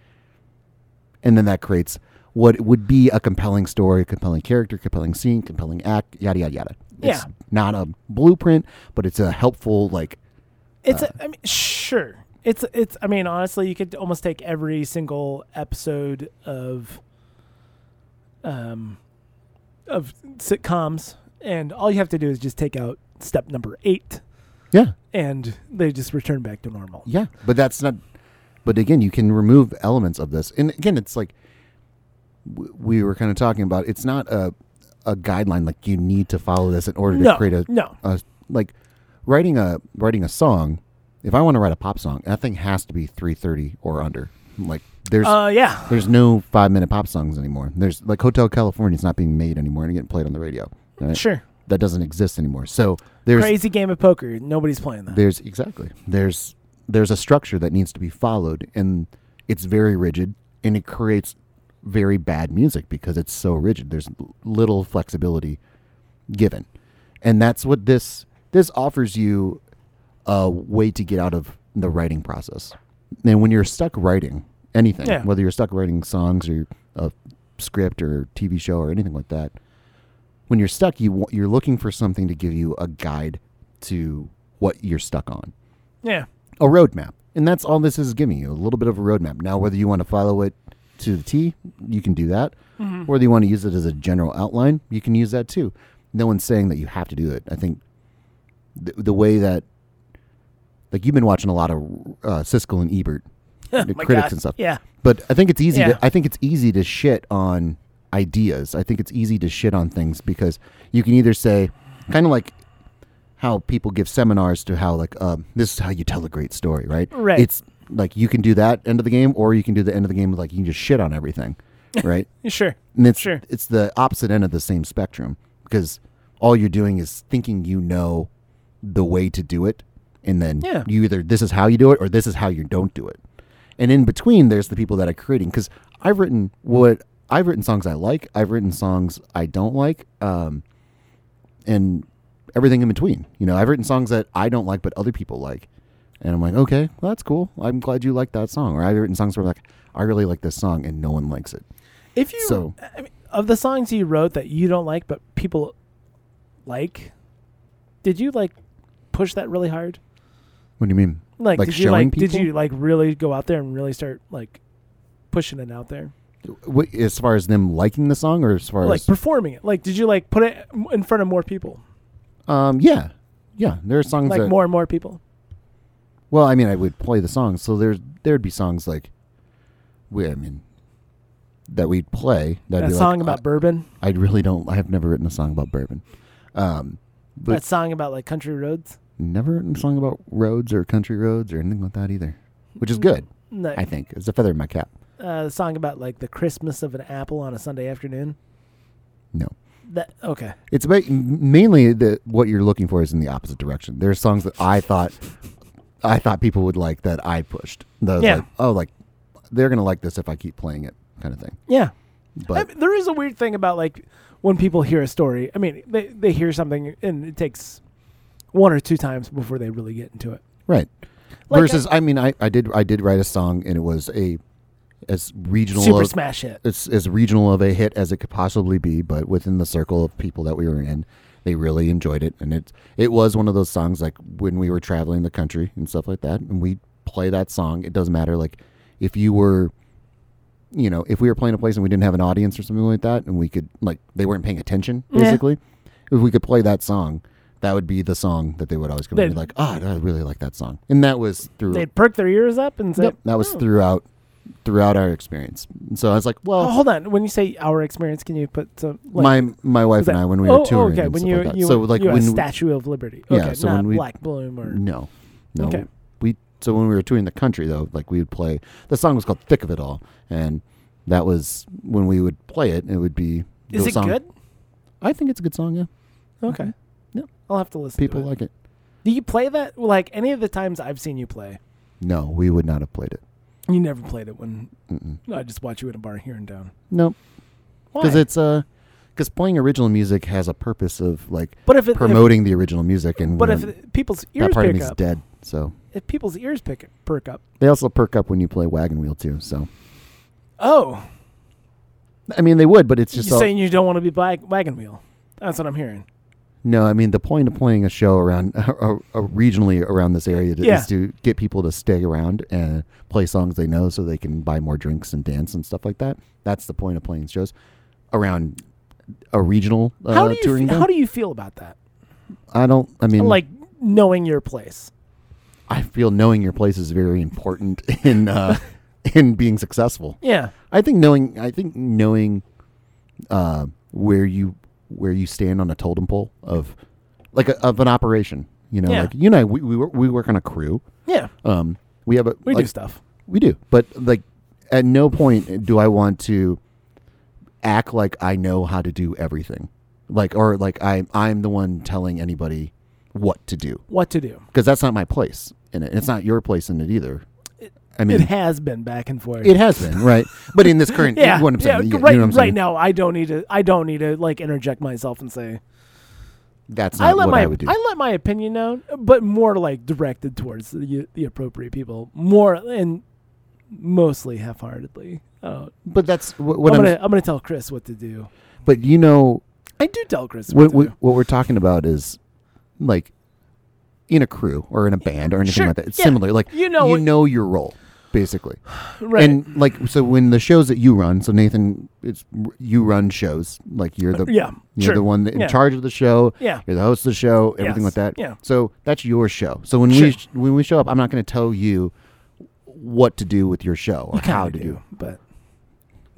and then that creates what would be a compelling story, compelling character, compelling scene, compelling act, yada yada yada. It's
Yeah.
not a blueprint, but it's a helpful like
It's a, I mean, sure. It's it's I mean, honestly, you could almost take every single episode of um of sitcoms and all you have to do is just take out step number 8
yeah
and they just return back to normal.
Yeah, but that's not. But again, you can remove elements of this, and again, it's like w- we were kind of talking about. It's not a a guideline like you need to follow this in order
No,
to create a
no.
a- like writing a writing a song. If I want to write a pop song, that thing has to be three thirty or under. Like there's
Uh yeah.
there's no five minute pop songs anymore. There's like Hotel California is not being made anymore and getting played on the radio. right?
Sure.
That doesn't exist anymore. So there's
Crazy game of poker. Nobody's playing that.
there's exactly there's there's a structure that needs to be followed and it's very rigid and it creates very bad music because it's so rigid there's l- little flexibility given and that's what this this offers you a way to get out of the writing process and when you're stuck writing anything
Yeah.
whether you're stuck writing songs or a script or tv show or anything like that when you're stuck, you wa- you're looking for something to give you a guide to what you're stuck on,
Yeah.
a roadmap, and that's all this is giving you a little bit of a roadmap. Now, whether you want to follow it to the T, you can do that.
Mm-hmm.
Whether you want to use it as a general outline, you can use that too. No one's saying that you have to do it. I think the, the way that like you've been watching a lot of uh, Siskel and Ebert, the
My
critics
God.
and stuff.
Yeah.
But I think it's easy
Yeah.
to I think it's easy to shit on ideas. I think it's easy to shit on things because you can either say kind of like how people give seminars to how like um, this is how you tell a great story, right?
Right.
It's like you can do that end of the game or you can do the end of the game with like you can just shit on everything, right?
Sure.
And it's
Sure.
it's the opposite end of the same spectrum because all you're doing is thinking you know the way to do it and then
Yeah.
you either this is how you do it or this is how you don't do it and in between there's the people that are creating because i've written what i've written songs i like i've written songs i don't like um, and everything in between you know i've written songs that i don't like but other people like and i'm like okay well, that's cool i'm glad you like that song or i've written songs where I'm like i really like this song and no one likes it
If you
So-
I mean, of the songs you wrote that you don't like but people like, did you like push that really hard?
what do you mean
Like,
Like
did you
showing
like did
people?
you like really go out there and really start like pushing it out there?
Wh- as far as them liking the song or as far
Like
as
performing it. Like did you like put it m- in front of more people?
um yeah yeah there are songs
Like
that,
more and more people.
Well, I mean, I would play the songs, so there's there'd be songs like, we, I mean, that we'd play. That'd
That
be
song
like, uh,
about bourbon.
I, I really don't. I have never written a song about bourbon. Um, but-
that song about like country roads.
never written a song about roads or country roads or anything like that either, which
Mm.
is good.
No,
I think it's a feather in my cap.
uh, the song about like the Christmas of an apple on a Sunday afternoon.
No,
That okay.
it's about mainly the what you're looking for is in the opposite direction. There's songs that I thought, I thought people would like that I pushed. That I was
Yeah.
Like, oh, like they're gonna like this if I keep playing it, kind of thing.
Yeah.
But
I mean, there is a weird thing about like when people hear a story. I mean, they they hear something and it takes one or two times before they really get into it.
Right.
Like, uh
Versus, I mean, I, I did I did write a song and it was a as regional
Super
of,
smash hit.
It's as regional of a hit as it could possibly be, but within the circle of people that we were in, they really enjoyed it, and it it was one of those songs like when we were traveling the country and stuff like that, and we play that song. It doesn't matter like if you were, you know, if we were playing a place and we didn't have an audience or something like that, and we could like they weren't paying attention
Yeah.
basically. If we could play that song, that would be the song that they would always come in and be
They'd-
like, "Ah, I really like that song," and that was through
They'd perk their ears up and say,
Yep, that was
"Oh."
throughout throughout our experience. And so I was like,
Oh,
well,
hold on. When you say our experience, can you put some like,
my my wife
was
and
that-
I when we
oh,
were touring
Okay,
and
when
stuff
you
like that.
you
so
were-
like
you had
when
a
we-
Statue of Liberty.
Yeah,
Okay,
so
not
when we-
Black Bloom or
no, no,
Okay.
we so when we were touring the country though, like we would play the song was called "Thick of It All," and that was when we would play it. It would be
is
the
it
song-
good?
I think it's a good song. Yeah,
Okay.
Yep.
I'll have to listen.
Mm-hmm. people
to it.
like it.
Do you play that? Like any of the times I've seen you play,
No, we would not have played it.
you never played it when
Mm-mm.
I just watch you at a bar here and down.
No,
Why?
because it's uh, because playing original music has a purpose of like
but if it, if,
promoting the original music, and
but
we're-
if it- people's ears
that part of
pick
me is
up,
dead, so
if people's ears pick perk up.
They also perk up when you play wagon wheel too. So
Oh,
I mean, they would, but it's just
you're
all-
saying you don't want to be bag, wagon wheel? That's what I'm hearing.
no. I mean, the point of playing a show around uh, regionally around this area to-
Yeah.
is to get people to stay around and play songs they know, so they can buy more drinks and dance and stuff like that. That's the point of playing shows around a regional uh,
how do you
touring.
f-
band.
how do you feel about that?
I don't. I mean,
Like knowing your place.
I feel knowing your place is very important in uh, in being successful.
Yeah.
I think knowing I think knowing uh, where you where you stand on a totem pole of like a, of an operation. You know,
Yeah.
like you and I, we we work, we work on a crew.
Yeah.
Um, we have a
We
like,
do stuff.
we do, but like at no point do I want to act like I know how to do everything, like or like I I'm the one telling anybody what to do
What to do?
because that's not my place in it. It's not your place in it either. I mean,
it has been back and forth.
it has been right, but in this current,
yeah,
what I'm saying,
yeah,
you know
right,
what I'm
right
saying?
now I don't need to. I don't need to like interject myself and say
that's not
I let
what
my
I would do.
let my opinion known, but more like directed towards the the appropriate people, more and mostly half heartedly. Oh,
But that's wh- what
I'm
I'm.
gonna I'm gonna tell Chris what to do.
but you know
I do tell Chris
what,
what, to
what
do.
what we're talking about is like in a crew or in a band or anything
Sure,
like that. It's
yeah.
similar. Like
You know
you
what-
know your role basically.
Right.
And like so when the shows that you run, so Nathan, it's you run shows. Like you're the
yeah,
You're
sure.
the one that in
Yeah.
charge of the show.
Yeah.
You're the host of the show. Everything
Yes.
like that.
Yeah.
So that's your show. So when
Sure.
we sh- when we show up, I'm not going to tell you what to do with your show or how to
Kinda
do.
but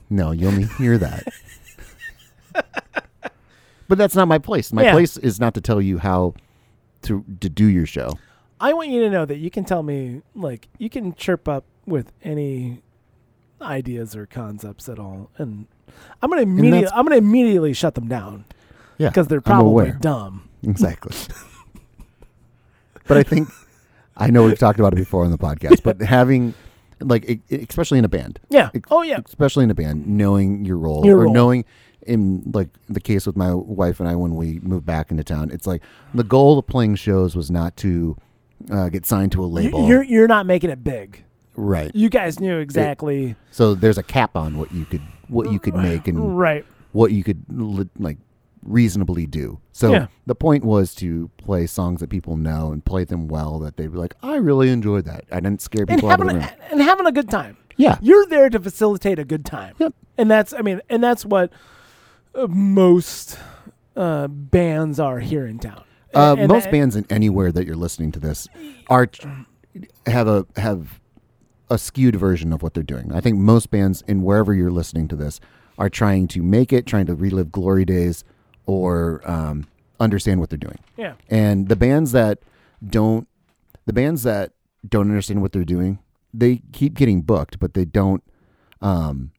No, you only hear that. but that's not my place. My
Yeah.
place is not to tell you how to to do your show.
I want you to know that you can tell me like you can chirp up with any ideas or concepts at all, and I'm gonna immediately
that's-
I'm gonna immediately shut them down
Yeah,
because they're
I'm
probably
aware.
dumb.
exactly. but I think I know we've talked about it before on the podcast, but having like e- especially in a band,
Yeah.
Ex-
Oh yeah.
especially in a band, knowing your role
Your
or
role.
knowing in like the case with my wife and I when we moved back into town, it's like the goal of playing shows was not to uh, get signed to a label,
You're you're not making it big.
right?
You guys knew exactly.
So there's a cap on what you could what you could make and
Right.
what you could li- like reasonably do. So
Yeah.
the point was to play songs that people know and play them well that they'd be like, I really enjoyed that. I didn't scare
And
people out of
having
the
a,
room.
and having a good time.
yeah.
You're there to facilitate a good time.
Yep.
And that's I mean, and that's what uh, most uh, bands are here in town.
Uh,
And-
most
and-
bands in anywhere that you're listening to this are tr- have a have a skewed version of what they're doing. I think most bands in wherever you're listening to this are trying to make it, trying to relive glory days, or um, understand what they're doing.
Yeah.
And the bands that don't, the bands that don't understand what they're doing, they keep getting booked, but they don't, um,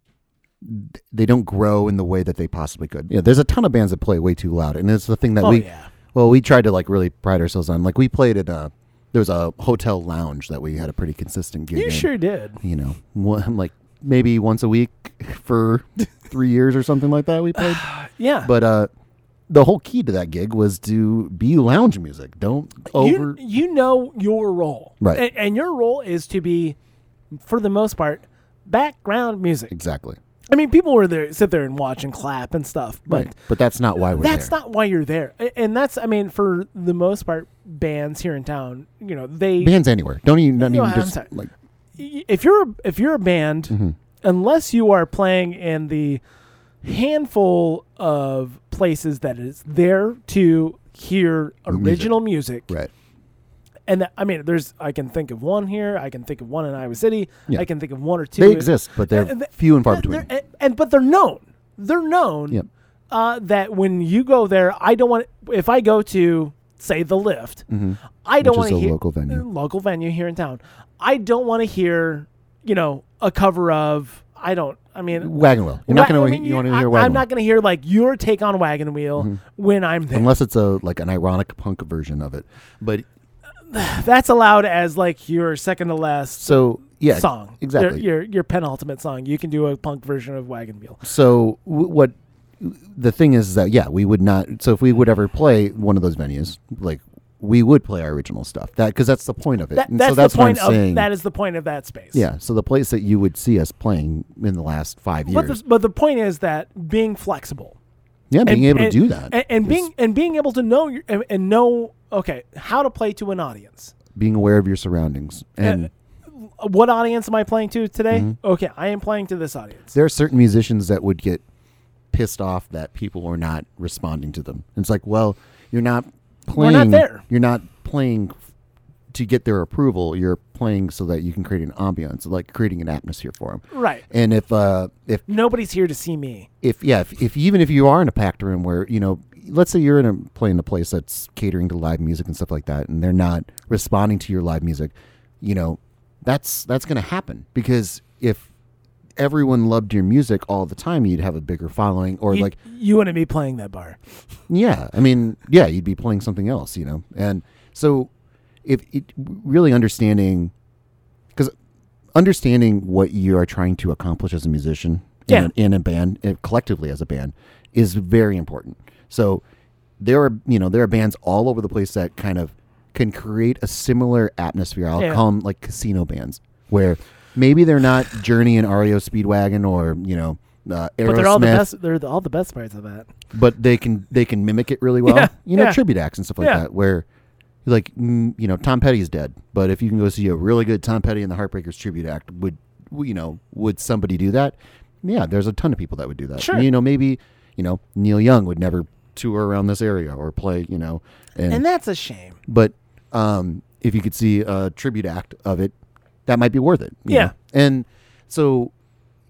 th- they don't grow in the way that they possibly could. Yeah, there's a ton of bands that play way too loud, and it's the thing that
Oh,
we,
yeah.
well, we tried to like really pride ourselves on. Like we played at a, there was a hotel lounge that we had a pretty consistent gig.
You
in,
sure did.
You know, one- I'm like maybe once a week for three years or something like that. We played.
Yeah.
But uh, the whole key to that gig was to be lounge music. Don't over.
you, you know your role.
Right.
A- And, your role is to be for the most part background music.
exactly.
I mean, people were there sit there and watch and clap and stuff, but
Right. But that's not why we're
that's
there.
not why you're there. A- And that's I mean, for the most part bands here in town, you know, they
Bands anywhere. Don't even. Not
No,
even
I'm
just
sorry.
like.
y- if you're a- if you're a band,
Mm-hmm.
unless you are playing in the handful of places that is there to hear original music,
Right.
and that, I mean, there's I can think of one here, I can think of one in Iowa City,
Yeah.
I can think of one or two.
They exist, but they're
Uh, th-
few and far
uh,
between.
they're- and but they're known. They're known.
Yep.
Uh, that when you go there, I don't want. If I go to say the lift, I don't
Mm-hmm. Which
want
is
to
a
hear
local venue.
uh, Local venue here in town. I don't want to hear you know a cover of. I don't. I mean.
Wagon wheel. You're not
Wa-
gonna.
I mean,
you want to
I-
hear wagon
I'm
wheel
not going to hear like your take on Wagon Wheel when I'm there.
unless it's a like an ironic punk version of it. But
That's allowed as like your second to last
so yeah.
song.
Exactly.
Your, your your penultimate song. You can do a punk version of Wagon Wheel.
So w- what the thing is, is that yeah, we would not. So if we would ever play one of those venues, like we would play our original stuff. That because that's the point of it.
That,
And
that's,
so that's
the
what
point
I'm
of
saying.
that is the point of that space.
yeah. So the place that you would see us playing in the last five
But
years,
the, but the point is that being flexible,
yeah, being able
and-
to do that,
and, and
is
being and being able to know your, and, and know okay how to play to an audience. Uh,
being aware of your surroundings, and
What audience am I playing to today?
Mm-hmm.
Okay, I am playing to this audience.
there are certain musicians that would get pissed off that people are not responding to them. And it's like, well, you're not
We're
playing.
not there.
You're not playing to get their approval. You're playing so that you can create an ambiance, like creating an atmosphere for them.
Right.
And if uh if
Nobody's here to see me.
if yeah if, if even if you are in a packed room where you know let's say you're in a playing a place that's catering to live music and stuff like that and they're not responding to your live music you know that's that's going to happen because if everyone loved your music all the time you'd have a bigger following or
You,
like
you wouldn't be playing that bar.
yeah i mean yeah you'd be playing something else you know and so if it really understanding because understanding what you are trying to accomplish as a musician in,
Yeah.
a, in a band uh, collectively as a band is very important so there are you know there are bands all over the place that kind of can create a similar atmosphere i'll
Yeah.
call them like casino bands where maybe they're not journey and REO speedwagon or you know uh, Aerosmith,
But they're all the best. They're the, all the best parts of that.
but they can they can mimic it really well.
Yeah,
you know,
yeah.
tribute acts and stuff like
Yeah.
that, where like mm, you know Tom Petty's dead, but if you can go see a really good Tom Petty and the Heartbreakers tribute act, would you know would somebody do that? Yeah, there's a ton of people that would do that.
Sure.
You know, maybe you know Neil Young would never tour around this area or play. You know, and,
And that's a shame.
but um, if you could see a tribute act of it, that might be worth it. you
Yeah.
know? and so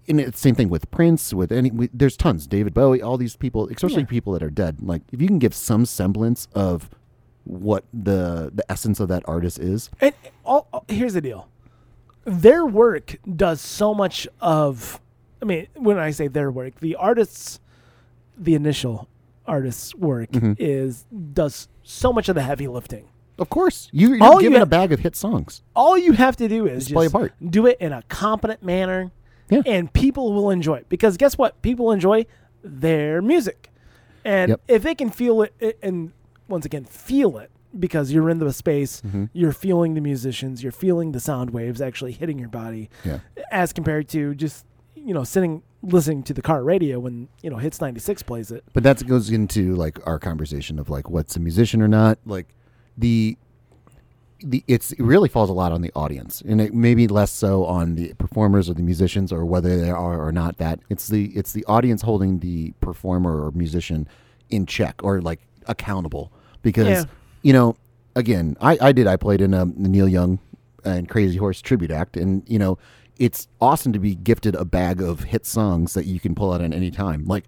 and it's same thing with Prince, with any. With, there's tons, David Bowie, all these people, especially people that are dead. Like if you can give some semblance of what the the essence of that artist is,
And all, all- here's the deal: their work does so much of. I mean, when I say their work, the artists, the initial artist's work is does so much of the heavy lifting.
Of course, you, you're
All you
given
ha-
a bag of hit songs.
all you have to do is
Just play a
just
part.
do it in a competent manner
Yeah.
and people will enjoy it because guess what people enjoy their music and
Yep.
if they can feel it it- and once again feel it because you're in the space
Mm-hmm.
you're feeling the musicians you're feeling the sound waves actually hitting your body
Yeah.
as compared to just you know sitting listening to the car radio when you know hits 96 plays it
But that goes into like our conversation of like what's a musician or not. Like the the it's it really falls a lot on the audience, and it maybe less so on the performers or the musicians or whether they are or not that. It's the it's the audience holding the performer or musician in check or like accountable because
Yeah.
you know again I I did I played in um, the Neil Young and Crazy Horse tribute act, and you know it's awesome to be gifted a bag of hit songs that you can pull out at any time, like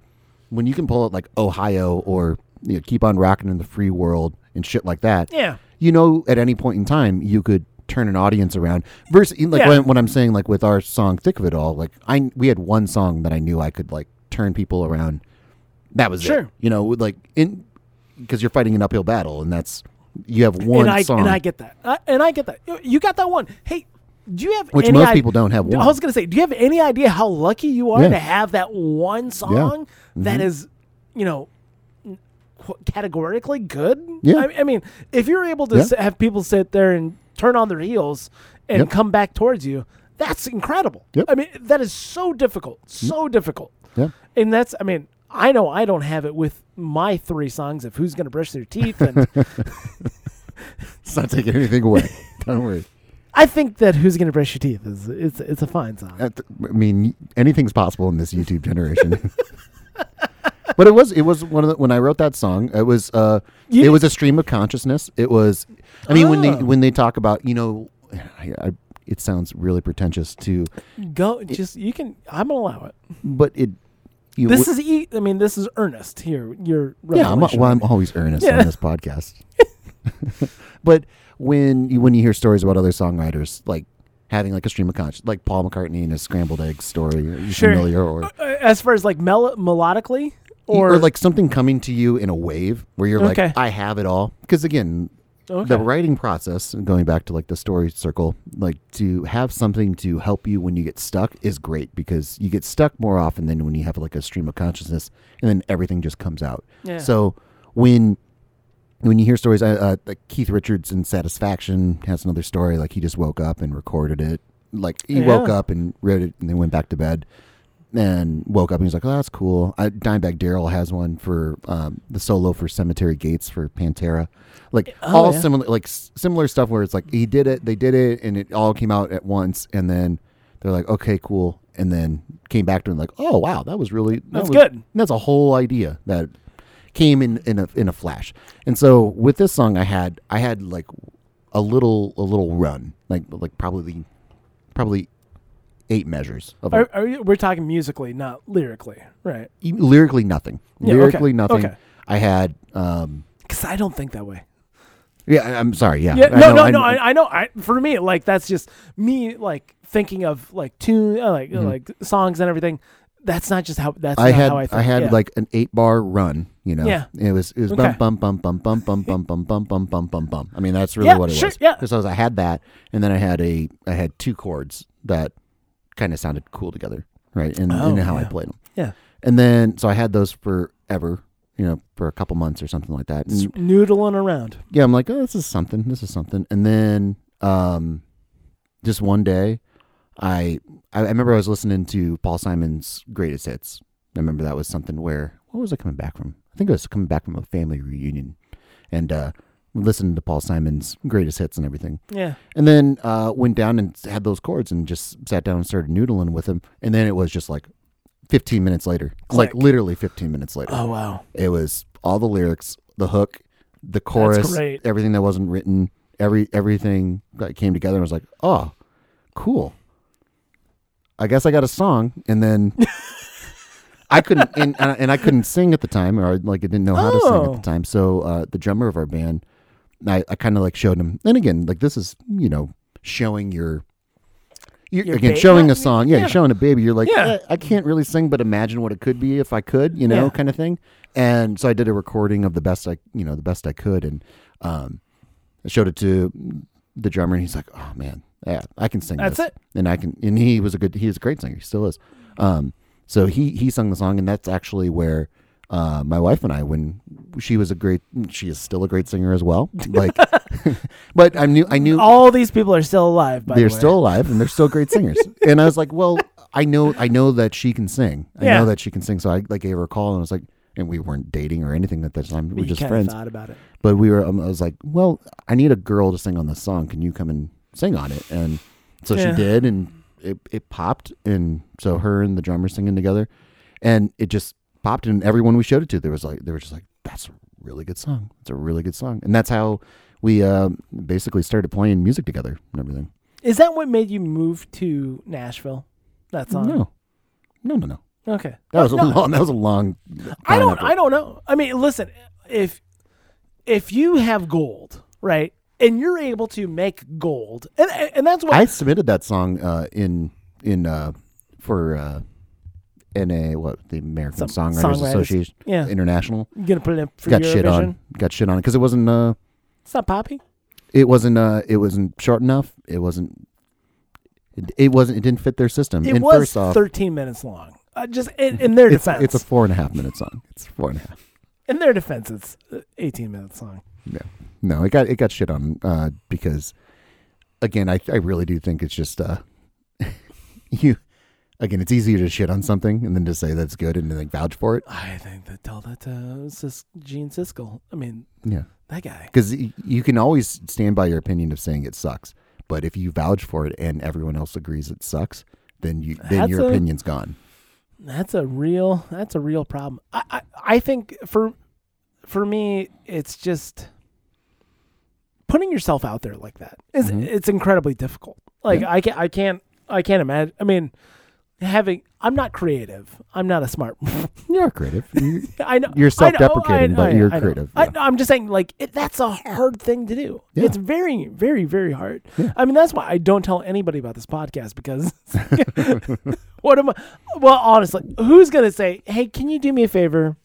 when you can pull out like Ohio or you know, keep on rocking in the free world and shit like that.
Yeah.
You know, at any point in time, you could turn an audience around. Versus, like
Yeah.
when, when I'm saying, like with our song "Thick of It All," like I we had one song that I knew I could like turn people around. That was it.
Sure.
You know, with, like in because you're fighting an uphill battle, and that's you have one
and I
song.
and I get that. I, and I get that. You- You got that one. Hey, do you have
Which
any
most
id-
people don't have one.
I was gonna say, do you have any idea how lucky you are
Yeah. Mm-hmm.
to have that one song that is, you know, qu- categorically good?
Yeah.
I, I mean, if you're able to
Yeah.
s- have people sit there and turn on their heels and
Yep.
come back towards you, that's incredible.
Yep.
I mean, that is so difficult. So difficult.
Yeah.
And that's, I mean, I know I don't have it with my three songs of who's going to brush their teeth and
it's not taking anything away. don't worry.
I think that "Who's Gonna Brush Your Teeth" is it's it's a fine song.
At the- I mean, anything's possible in this YouTube generation. but it was it was one of the, when I wrote that song. It was uh,
You-
it was a stream of consciousness. It was, I mean, when they
Oh.
when they talk about you know, I, I, it sounds really pretentious too,
Go, just you can. I'm gonna allow it.
but it. You,
This is e. I mean, this is earnest here. Your
yeah. I'm,
revelation.
well, I'm always earnest
Yeah.
on this podcast. but when you, when you hear stories about other songwriters like having like a stream of consciousness, like Paul McCartney and his scrambled egg story, you're
Sure.
familiar or
Uh, as far as like mel- melodically,
E, or,
or,
like something coming to you in a wave where you're
Okay.
like, I have it all. Because again,
Okay.
the writing process, and going back to like the story circle, like to have something to help you when you get stuck is great because you get stuck more often than when you have like a stream of consciousness and then everything just comes out.
Yeah.
So when when you hear stories, uh, uh, like Keith Richards in Satisfaction has another story. Like he just woke up and recorded it. Like he woke
Yeah.
up and wrote it, and then went back to bed, and woke up and he's like, "Oh, that's cool." I, Dimebag Daryl has one for um, the solo for Cemetery Gates for Pantera, like
Oh,
all
yeah.
similar, like s- similar stuff where it's like he did it, they did it, and it all came out at once, and then they're like, "Okay, cool," and then came back to him like, "Oh, wow, that was really that
That's
was-
good.
That's a whole idea that came in in a in a flash. And so with this song, I had I had like a little a little run, like like probably probably eight measures of
are, are you, we're talking musically, not lyrically, right?
e, lyrically nothing,
Yeah, okay,
lyrically nothing.
okay.
I had um
Because I don't think that way.
yeah I- I'm sorry yeah
Yeah,
I
no,
know,
no,
I-
no. I, I know. I for me, like that's just me, like thinking of like tune, uh, like like songs and everything. That's not just how. That's
Mm-hmm. I
not
had
how I.
I,
Think.
had
Yeah.
like an eight bar run, you know.
Yeah.
It was it was
Okay.
bum bum bum bum bum bum bum bum bum bum bum bum bum. I mean that's really
Yeah,
what it
sure,
was.
yeah.
So I had that and then I had a I had two chords that kind of sounded cool together, right? And, and
Oh,
how I
yeah.
played them.
yeah.
And then so I had those forever, you know, for a couple months or something like that. And,
Noodling around.
yeah, I'm like, oh, this is something. This is something. And then, um, just one day, I I I remember I was listening to Paul Simon's greatest hits. I remember that was something where what was I coming back from? I think I was coming back from a family reunion, and uh, listening to Paul Simon's greatest hits and everything.
Yeah.
And then uh, went down and had those chords and just sat down and started noodling with him. And then it was just like 15 minutes later, like
Click.
literally 15 minutes later.
Oh wow.
It was all the lyrics, the hook, the chorus,
great.
everything that wasn't written, every everything that came together. I was like, oh, cool. I guess I got a song, and then I couldn't, and, and I- and I couldn't sing at the time, or like I didn't know how to sing
Oh.
at the time. So uh, the drummer of our band, I, I kind of like showed him, and again, like this is you know showing your. You're,
Your
again,
ba-
showing
yeah,
a song, yeah,
yeah.
you're showing a baby. You're like,
Yeah.
"Eh, I can't really sing, but imagine what it could be if I could, you know,
Yeah.
kind of thing. And so I did a recording of the best I, you know, the best I could, and um, I showed it to the drummer, and he's like, "Oh man, yeah, I can sing."
That's
this."
it.
and I can. And he was a good. He was a great singer. He still is. Um, so he he sung the song, and that's actually where uh, my wife and I, when she was a great, she is still a great singer as well. Like, but I knew I knew
All these people are still alive. By
they're
the way.
still alive and they're still great singers. and I was like, well, I know, I know that she can sing. I
Yeah.
know that she can sing. So I like gave her a call and I was like, and we weren't dating or anything at that time. We
You
were just
kinda
friends.
Thought about it.
But we were. Um, I was like, well, I need a girl to sing on this song. Can you come and sing on it? And so
Yeah.
she did, and it it popped. And so her and the drummer singing together, and it just popped. And everyone we showed it to, there was like, they were just like, that's a really good song. It's a really good song. And that's how we uh, basically started playing music together and everything.
Is that what made you move to Nashville? That song.
No, no, no, no.
Okay.
That was a
Uh, Oh, No,
long. That was a long.
I don't.
lineup.
I don't know. I mean, listen, if if you have gold, right, and you're able to make gold, and and that's what
I submitted that song uh, in in uh, for uh, NA what the American
Some-
Songwriters,
Songwriters.
Association
Yeah.
International
you're gonna put it up for
got
Eurovision.
shit on. Got shit on because it wasn't. Uh,
It's not poppy.
it wasn't. Uh, it wasn't short enough. It wasn't. It, it wasn't. It didn't fit their system.
It
and
was
first off, Mm-hmm.
13 minutes long. Uh, just in, in their
it's,
defense,
it's a four and a half minute song. It's four and a half.
in their defense, it's uh, 18 minutes long.
Yeah. No, it got it got shit on uh, because again, I I really do think it's just uh, you again, it's easier to shit on something and then to say that's good and then like, vouch for it.
I think that tell that to Sis, Gene Siskel. I mean,
Yeah.
that guy.
Cuz you can always stand by your opinion of saying it sucks, but if you vouch for it and everyone else agrees it sucks, then you then
That's
your
a-
opinion's gone.
That's a real. That's a real problem. I, I I think for for me, it's just putting yourself out there like that is it's incredibly difficult. Like I can I can't I can't imagine. I mean, having I'm not creative. I'm not a smart.
You're creative. You-
I know
You're
I know-
self-deprecating,
I-
but
I-
you're
I know.
creative,
I,
yeah.
know, I'm just saying, like it, that's a hard thing to do.
Yeah.
It's very, very, very hard. I mean, that's why I don't tell anybody about this podcast because what am I? Well, honestly, who's gonna say, "Hey, can you do me a favor?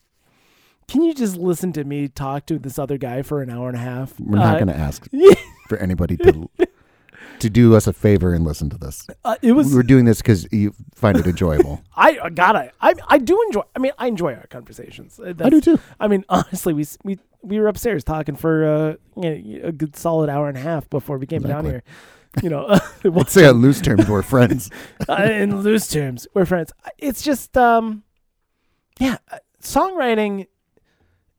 Can you just listen to me talk to this other guy for an hour and a half?"
We're not
Uh,
going to ask for anybody to to do us a favor and listen to this.
uh, it was
We're doing this cuz you find it enjoyable.
I uh, God, I, I I do enjoy. I mean, I enjoy our conversations. Uh, that's-
do too.
I mean, honestly, we s- we we were upstairs talking for uh, you know, a good solid hour and a half before we came down
Exactly.
here. You know,
Let's say on loose terms we're friends.
uh, in loose terms, we're friends. It's just, um, yeah, uh, songwriting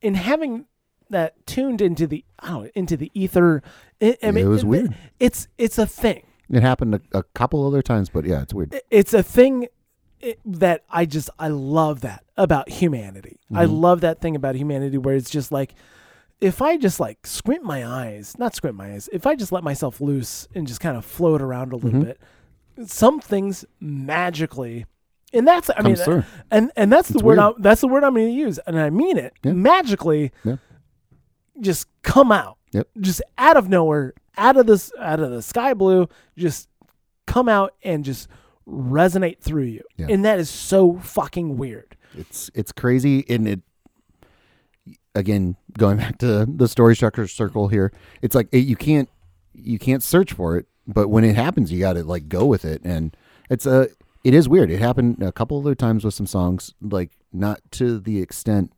and having that tuned into the I don't know, into the ether. It, I
Yeah, it
mean,
was weird.
It's it's a thing.
It happened a, a couple other times, but yeah, it's weird.
it's a thing it- that I just I love that about humanity. I
Mm-hmm.
love that thing about humanity where it's just like if I just like squint my eyes, not squint my eyes, if I just let myself loose and just kind of float around a little
Mm-hmm.
bit, some things magically and that's I
Comes
mean
through.
and and that's the
It's
word
weird.
I, that's the word I'm going to use and I mean it.
Yeah.
Magically
Yeah.
just come out.
Yep.
Just out of nowhere, out of this out of the sky blue, just come out and just resonate through you.
Yeah.
And that is so fucking weird.
It's it's crazy, and it again going back to the story structure circle here. It's like it, you can't you can't search for it, but when it happens, you got to like go with it, and it's a it is weird. It happened a couple other times with some songs, like not to the extent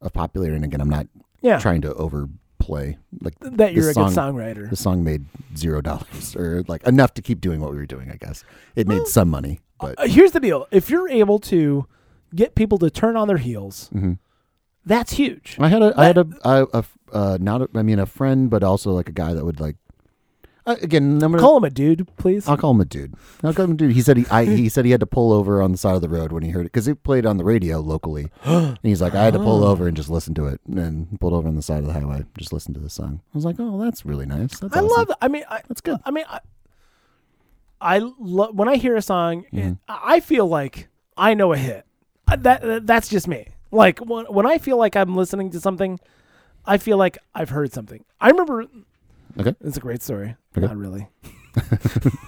of popularity. And again, I'm not
Yeah.
trying to overplay like
that you're
this
a good
song-
songwriter.
The song made zero dollars, or like enough to keep doing what we were doing. I guess it made some money, but
Uh, Here's the deal. If you're able to get people to turn on their heels,
Mm-hmm.
that's huge.
I had a, I had a, I- a f- uh, not, a, I mean, a friend, but also like a guy that would like, uh, again, number.
Call him a dude, please.
I'll call him a dude. I'll call him a dude. He said he, I, he said he had to pull over on the side of the road when he heard it because it played on the radio locally, and he's like, I had to
Oh.
pull over and just listen to it, and he pulled over on the side of the highway, just listened to the song. I was like, oh, that's really nice. That's
I
awesome.
love. I mean, I, that's good. I mean, I, I love when I hear a song.
Mm-hmm.
It, I I feel like I know a hit. Uh, That, that that's just me. Like when when I feel like I'm listening to something, I feel like I've heard something. I remember.
Okay.
It's a great story.
Okay.
Not really.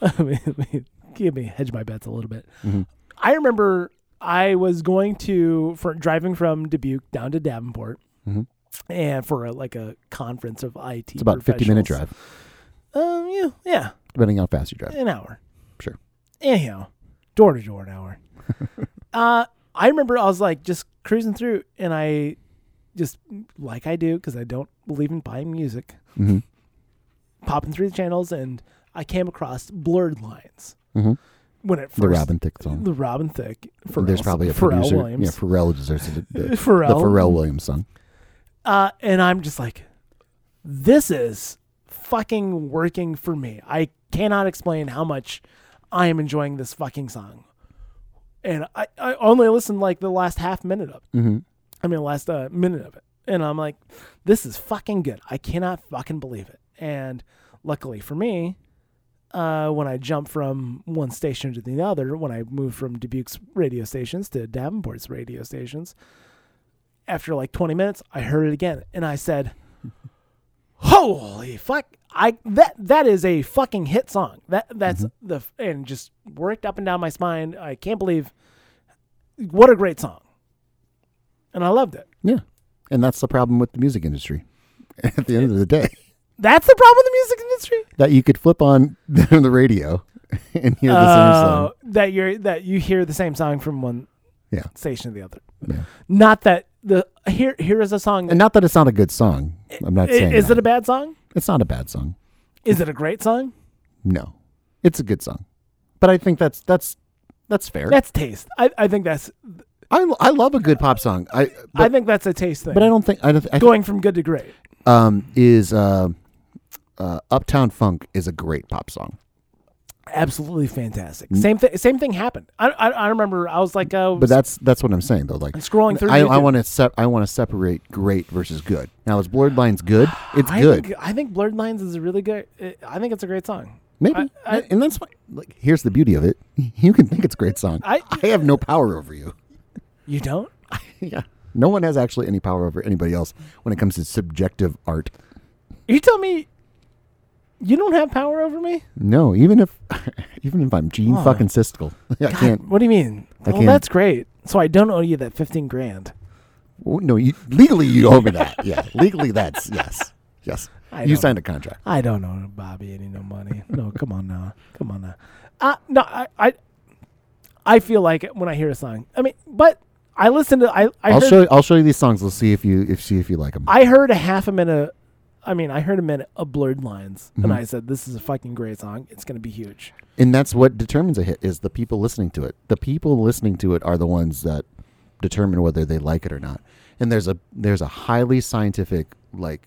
I mean, let me- give me hedge my bets a little bit.
Mm-hmm.
I remember I was going to for driving from Dubuque down to Davenport and for a, like a conference of IT.
Mm-hmm. It's about 50 minute
professionals.
drive,
Um, yeah, yeah,
depending on how fast you drive.
an hour.
Sure.
Anyhow, door to door an hour. uh, I remember I was like just cruising through, and I just like I do because I don't believe in buying music,
Mhm.
popping through the channels, and I came across Blurred Lines
Mhm.
when it first
The Robin Thicke song.
the Robin Thicke. Pharrell,
There's probably a
Pharrell
producer.
Williams.
Yeah, Pharrell deserves it. The, the
Pharrell.
Pharrell Williams song.
uh, and I'm just like, this is fucking working for me. I cannot explain how much I am enjoying this fucking song. And I, I only listened like the last half minute of it.
Mhm.
I mean, last uh, minute of it. And I'm like, this is fucking good. I cannot fucking believe it. And luckily for me, uh, when I jumped from one station to the other, when I moved from Dubuque's radio stations to Davenport's radio stations, after like 20 minutes, I heard it again and I said, "Holy fuck. I that that is a fucking hit song. That that's
Mm-hmm.
the f the and just worked up and down my spine. I can't believe what a great song." And I loved it.
Yeah, and that's the problem with the music industry. At the end of the day,
That's the problem with the music industry.
that you could flip on the radio and hear the same
Uh,
song.
that you're that you hear the same song from one
Yeah.
station to the other.
Yeah.
Not that the here here is a song.
And not that it's not a good song. I'm not
I-
saying
is
that.
it a bad song?
It's not a bad song.
Is it a great song?
No, it's a good song. But I think that's that's that's fair.
That's taste. I, I think that's
I, I love a good pop song. I
I
but,
think that's a taste thing.
but I don't think I don't. I think,
going from good to great.
um, is uh, uh, Uptown Funk is a great pop song.
Absolutely fantastic. Same thing. Same thing happened. I, I, I remember I was like, uh,
But that's that's what I'm saying though. Like
scrolling through
I, I
YouTube.
want to se- I want to separate great versus good. Now is Blurred Lines good? It's
I
good.
Think, I think Blurred Lines is a really good. uh, I think it's a great song.
Maybe.
I- I-
and that's why like here's the beauty of it. You can think it's a great song.
I-
I have no power over you.
You don't?
yeah. No one has actually any power over anybody else when it comes to subjective art.
You tell me. You don't have power over me.
No, even if even if I'm Gene
Huh.
fucking Siskel, I can't.
What do you mean? well,
can't.
that's great. So I don't owe you that fifteen grand.
Well, oh, No, you, legally you owe me that. Yeah, legally that's yes, yes.
I
you
don't-
signed a contract.
I don't owe Bobby any no money. No, come on now, come on now. Uh, no, I, I, I feel like it when I hear a song. I mean, but I listen to. I, I
I'll
heard-
show you, I'll show you these songs. We'll see if you if see if you like them.
I heard a half a minute. I mean, I heard a minute of Blurred Lines,
Mm-hmm.
and I said, "This is a fucking great song. It's gonna be huge."
and that's what determines a hit is the people listening to it. The people listening to it are the ones that determine whether they like it or not. And there's a there's a highly scientific like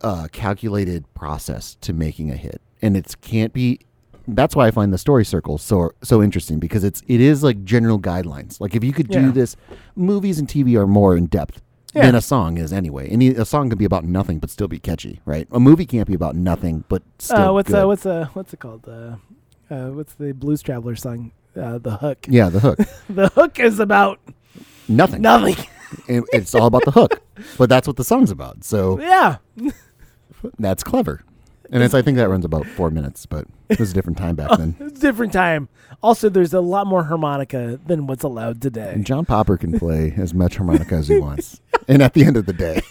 uh, calculated process to making a hit, and it can't be. That's why I find the story circle so so interesting because it's it is like general guidelines. Like if you could do
Yeah.
this, movies and TV are more in depth than
Yeah.
a song is anyway. And a song can be about nothing but still be catchy, right? A movie can't be about nothing but still.
Uh, what's
good.
uh, what's uh, what's it called? Uh, uh, what's the Blues Traveler song? Uh, the hook.
yeah, the hook.
The hook is about
Nothing.
nothing.
It- it's all about the hook. But that's what the song's about. So
yeah.
that's clever. And it's, I think that runs about four minutes, but it was a different time back then.
It's a different time. Also, there's a lot more harmonica than what's allowed today.
And John Popper can play as much harmonica as he wants. And at the end of the day,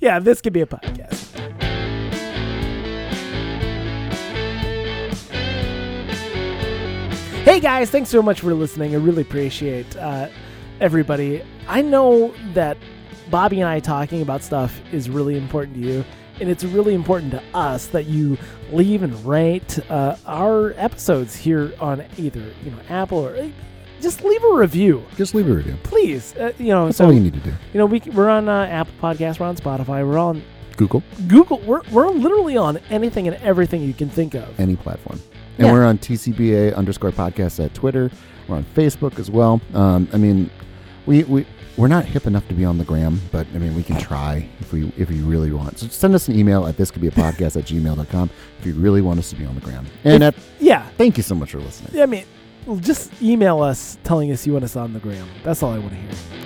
Yeah, this could be a podcast. Hey guys, thanks so much for listening. I really appreciate uh, everybody. I know that Bobby and I talking about stuff is really important to you, and it's really important to us that you leave and rate uh, our episodes here on either you know Apple or just leave a review,
just leave a review.
please. Uh, you know,
That's
so
all you need to do.
you know, we, c- we're on uh, Apple Podcasts, we're on Spotify, we're on
Google
Google. We're, we're literally on anything and everything you can think of.
any platform. And
Yeah.
we're on TCBA underscore podcast at Twitter. We're on Facebook as well. Um, I mean, we, we, we're not hip enough to be on the gram, but I mean, we can try if we if you really want. So send us an email at this could be a podcast at gmail.com if you really want us to be on the gram. And at
Yeah.
Thank you so much for listening.
I mean, just email us telling us you want us on the gram. That's all I want to hear.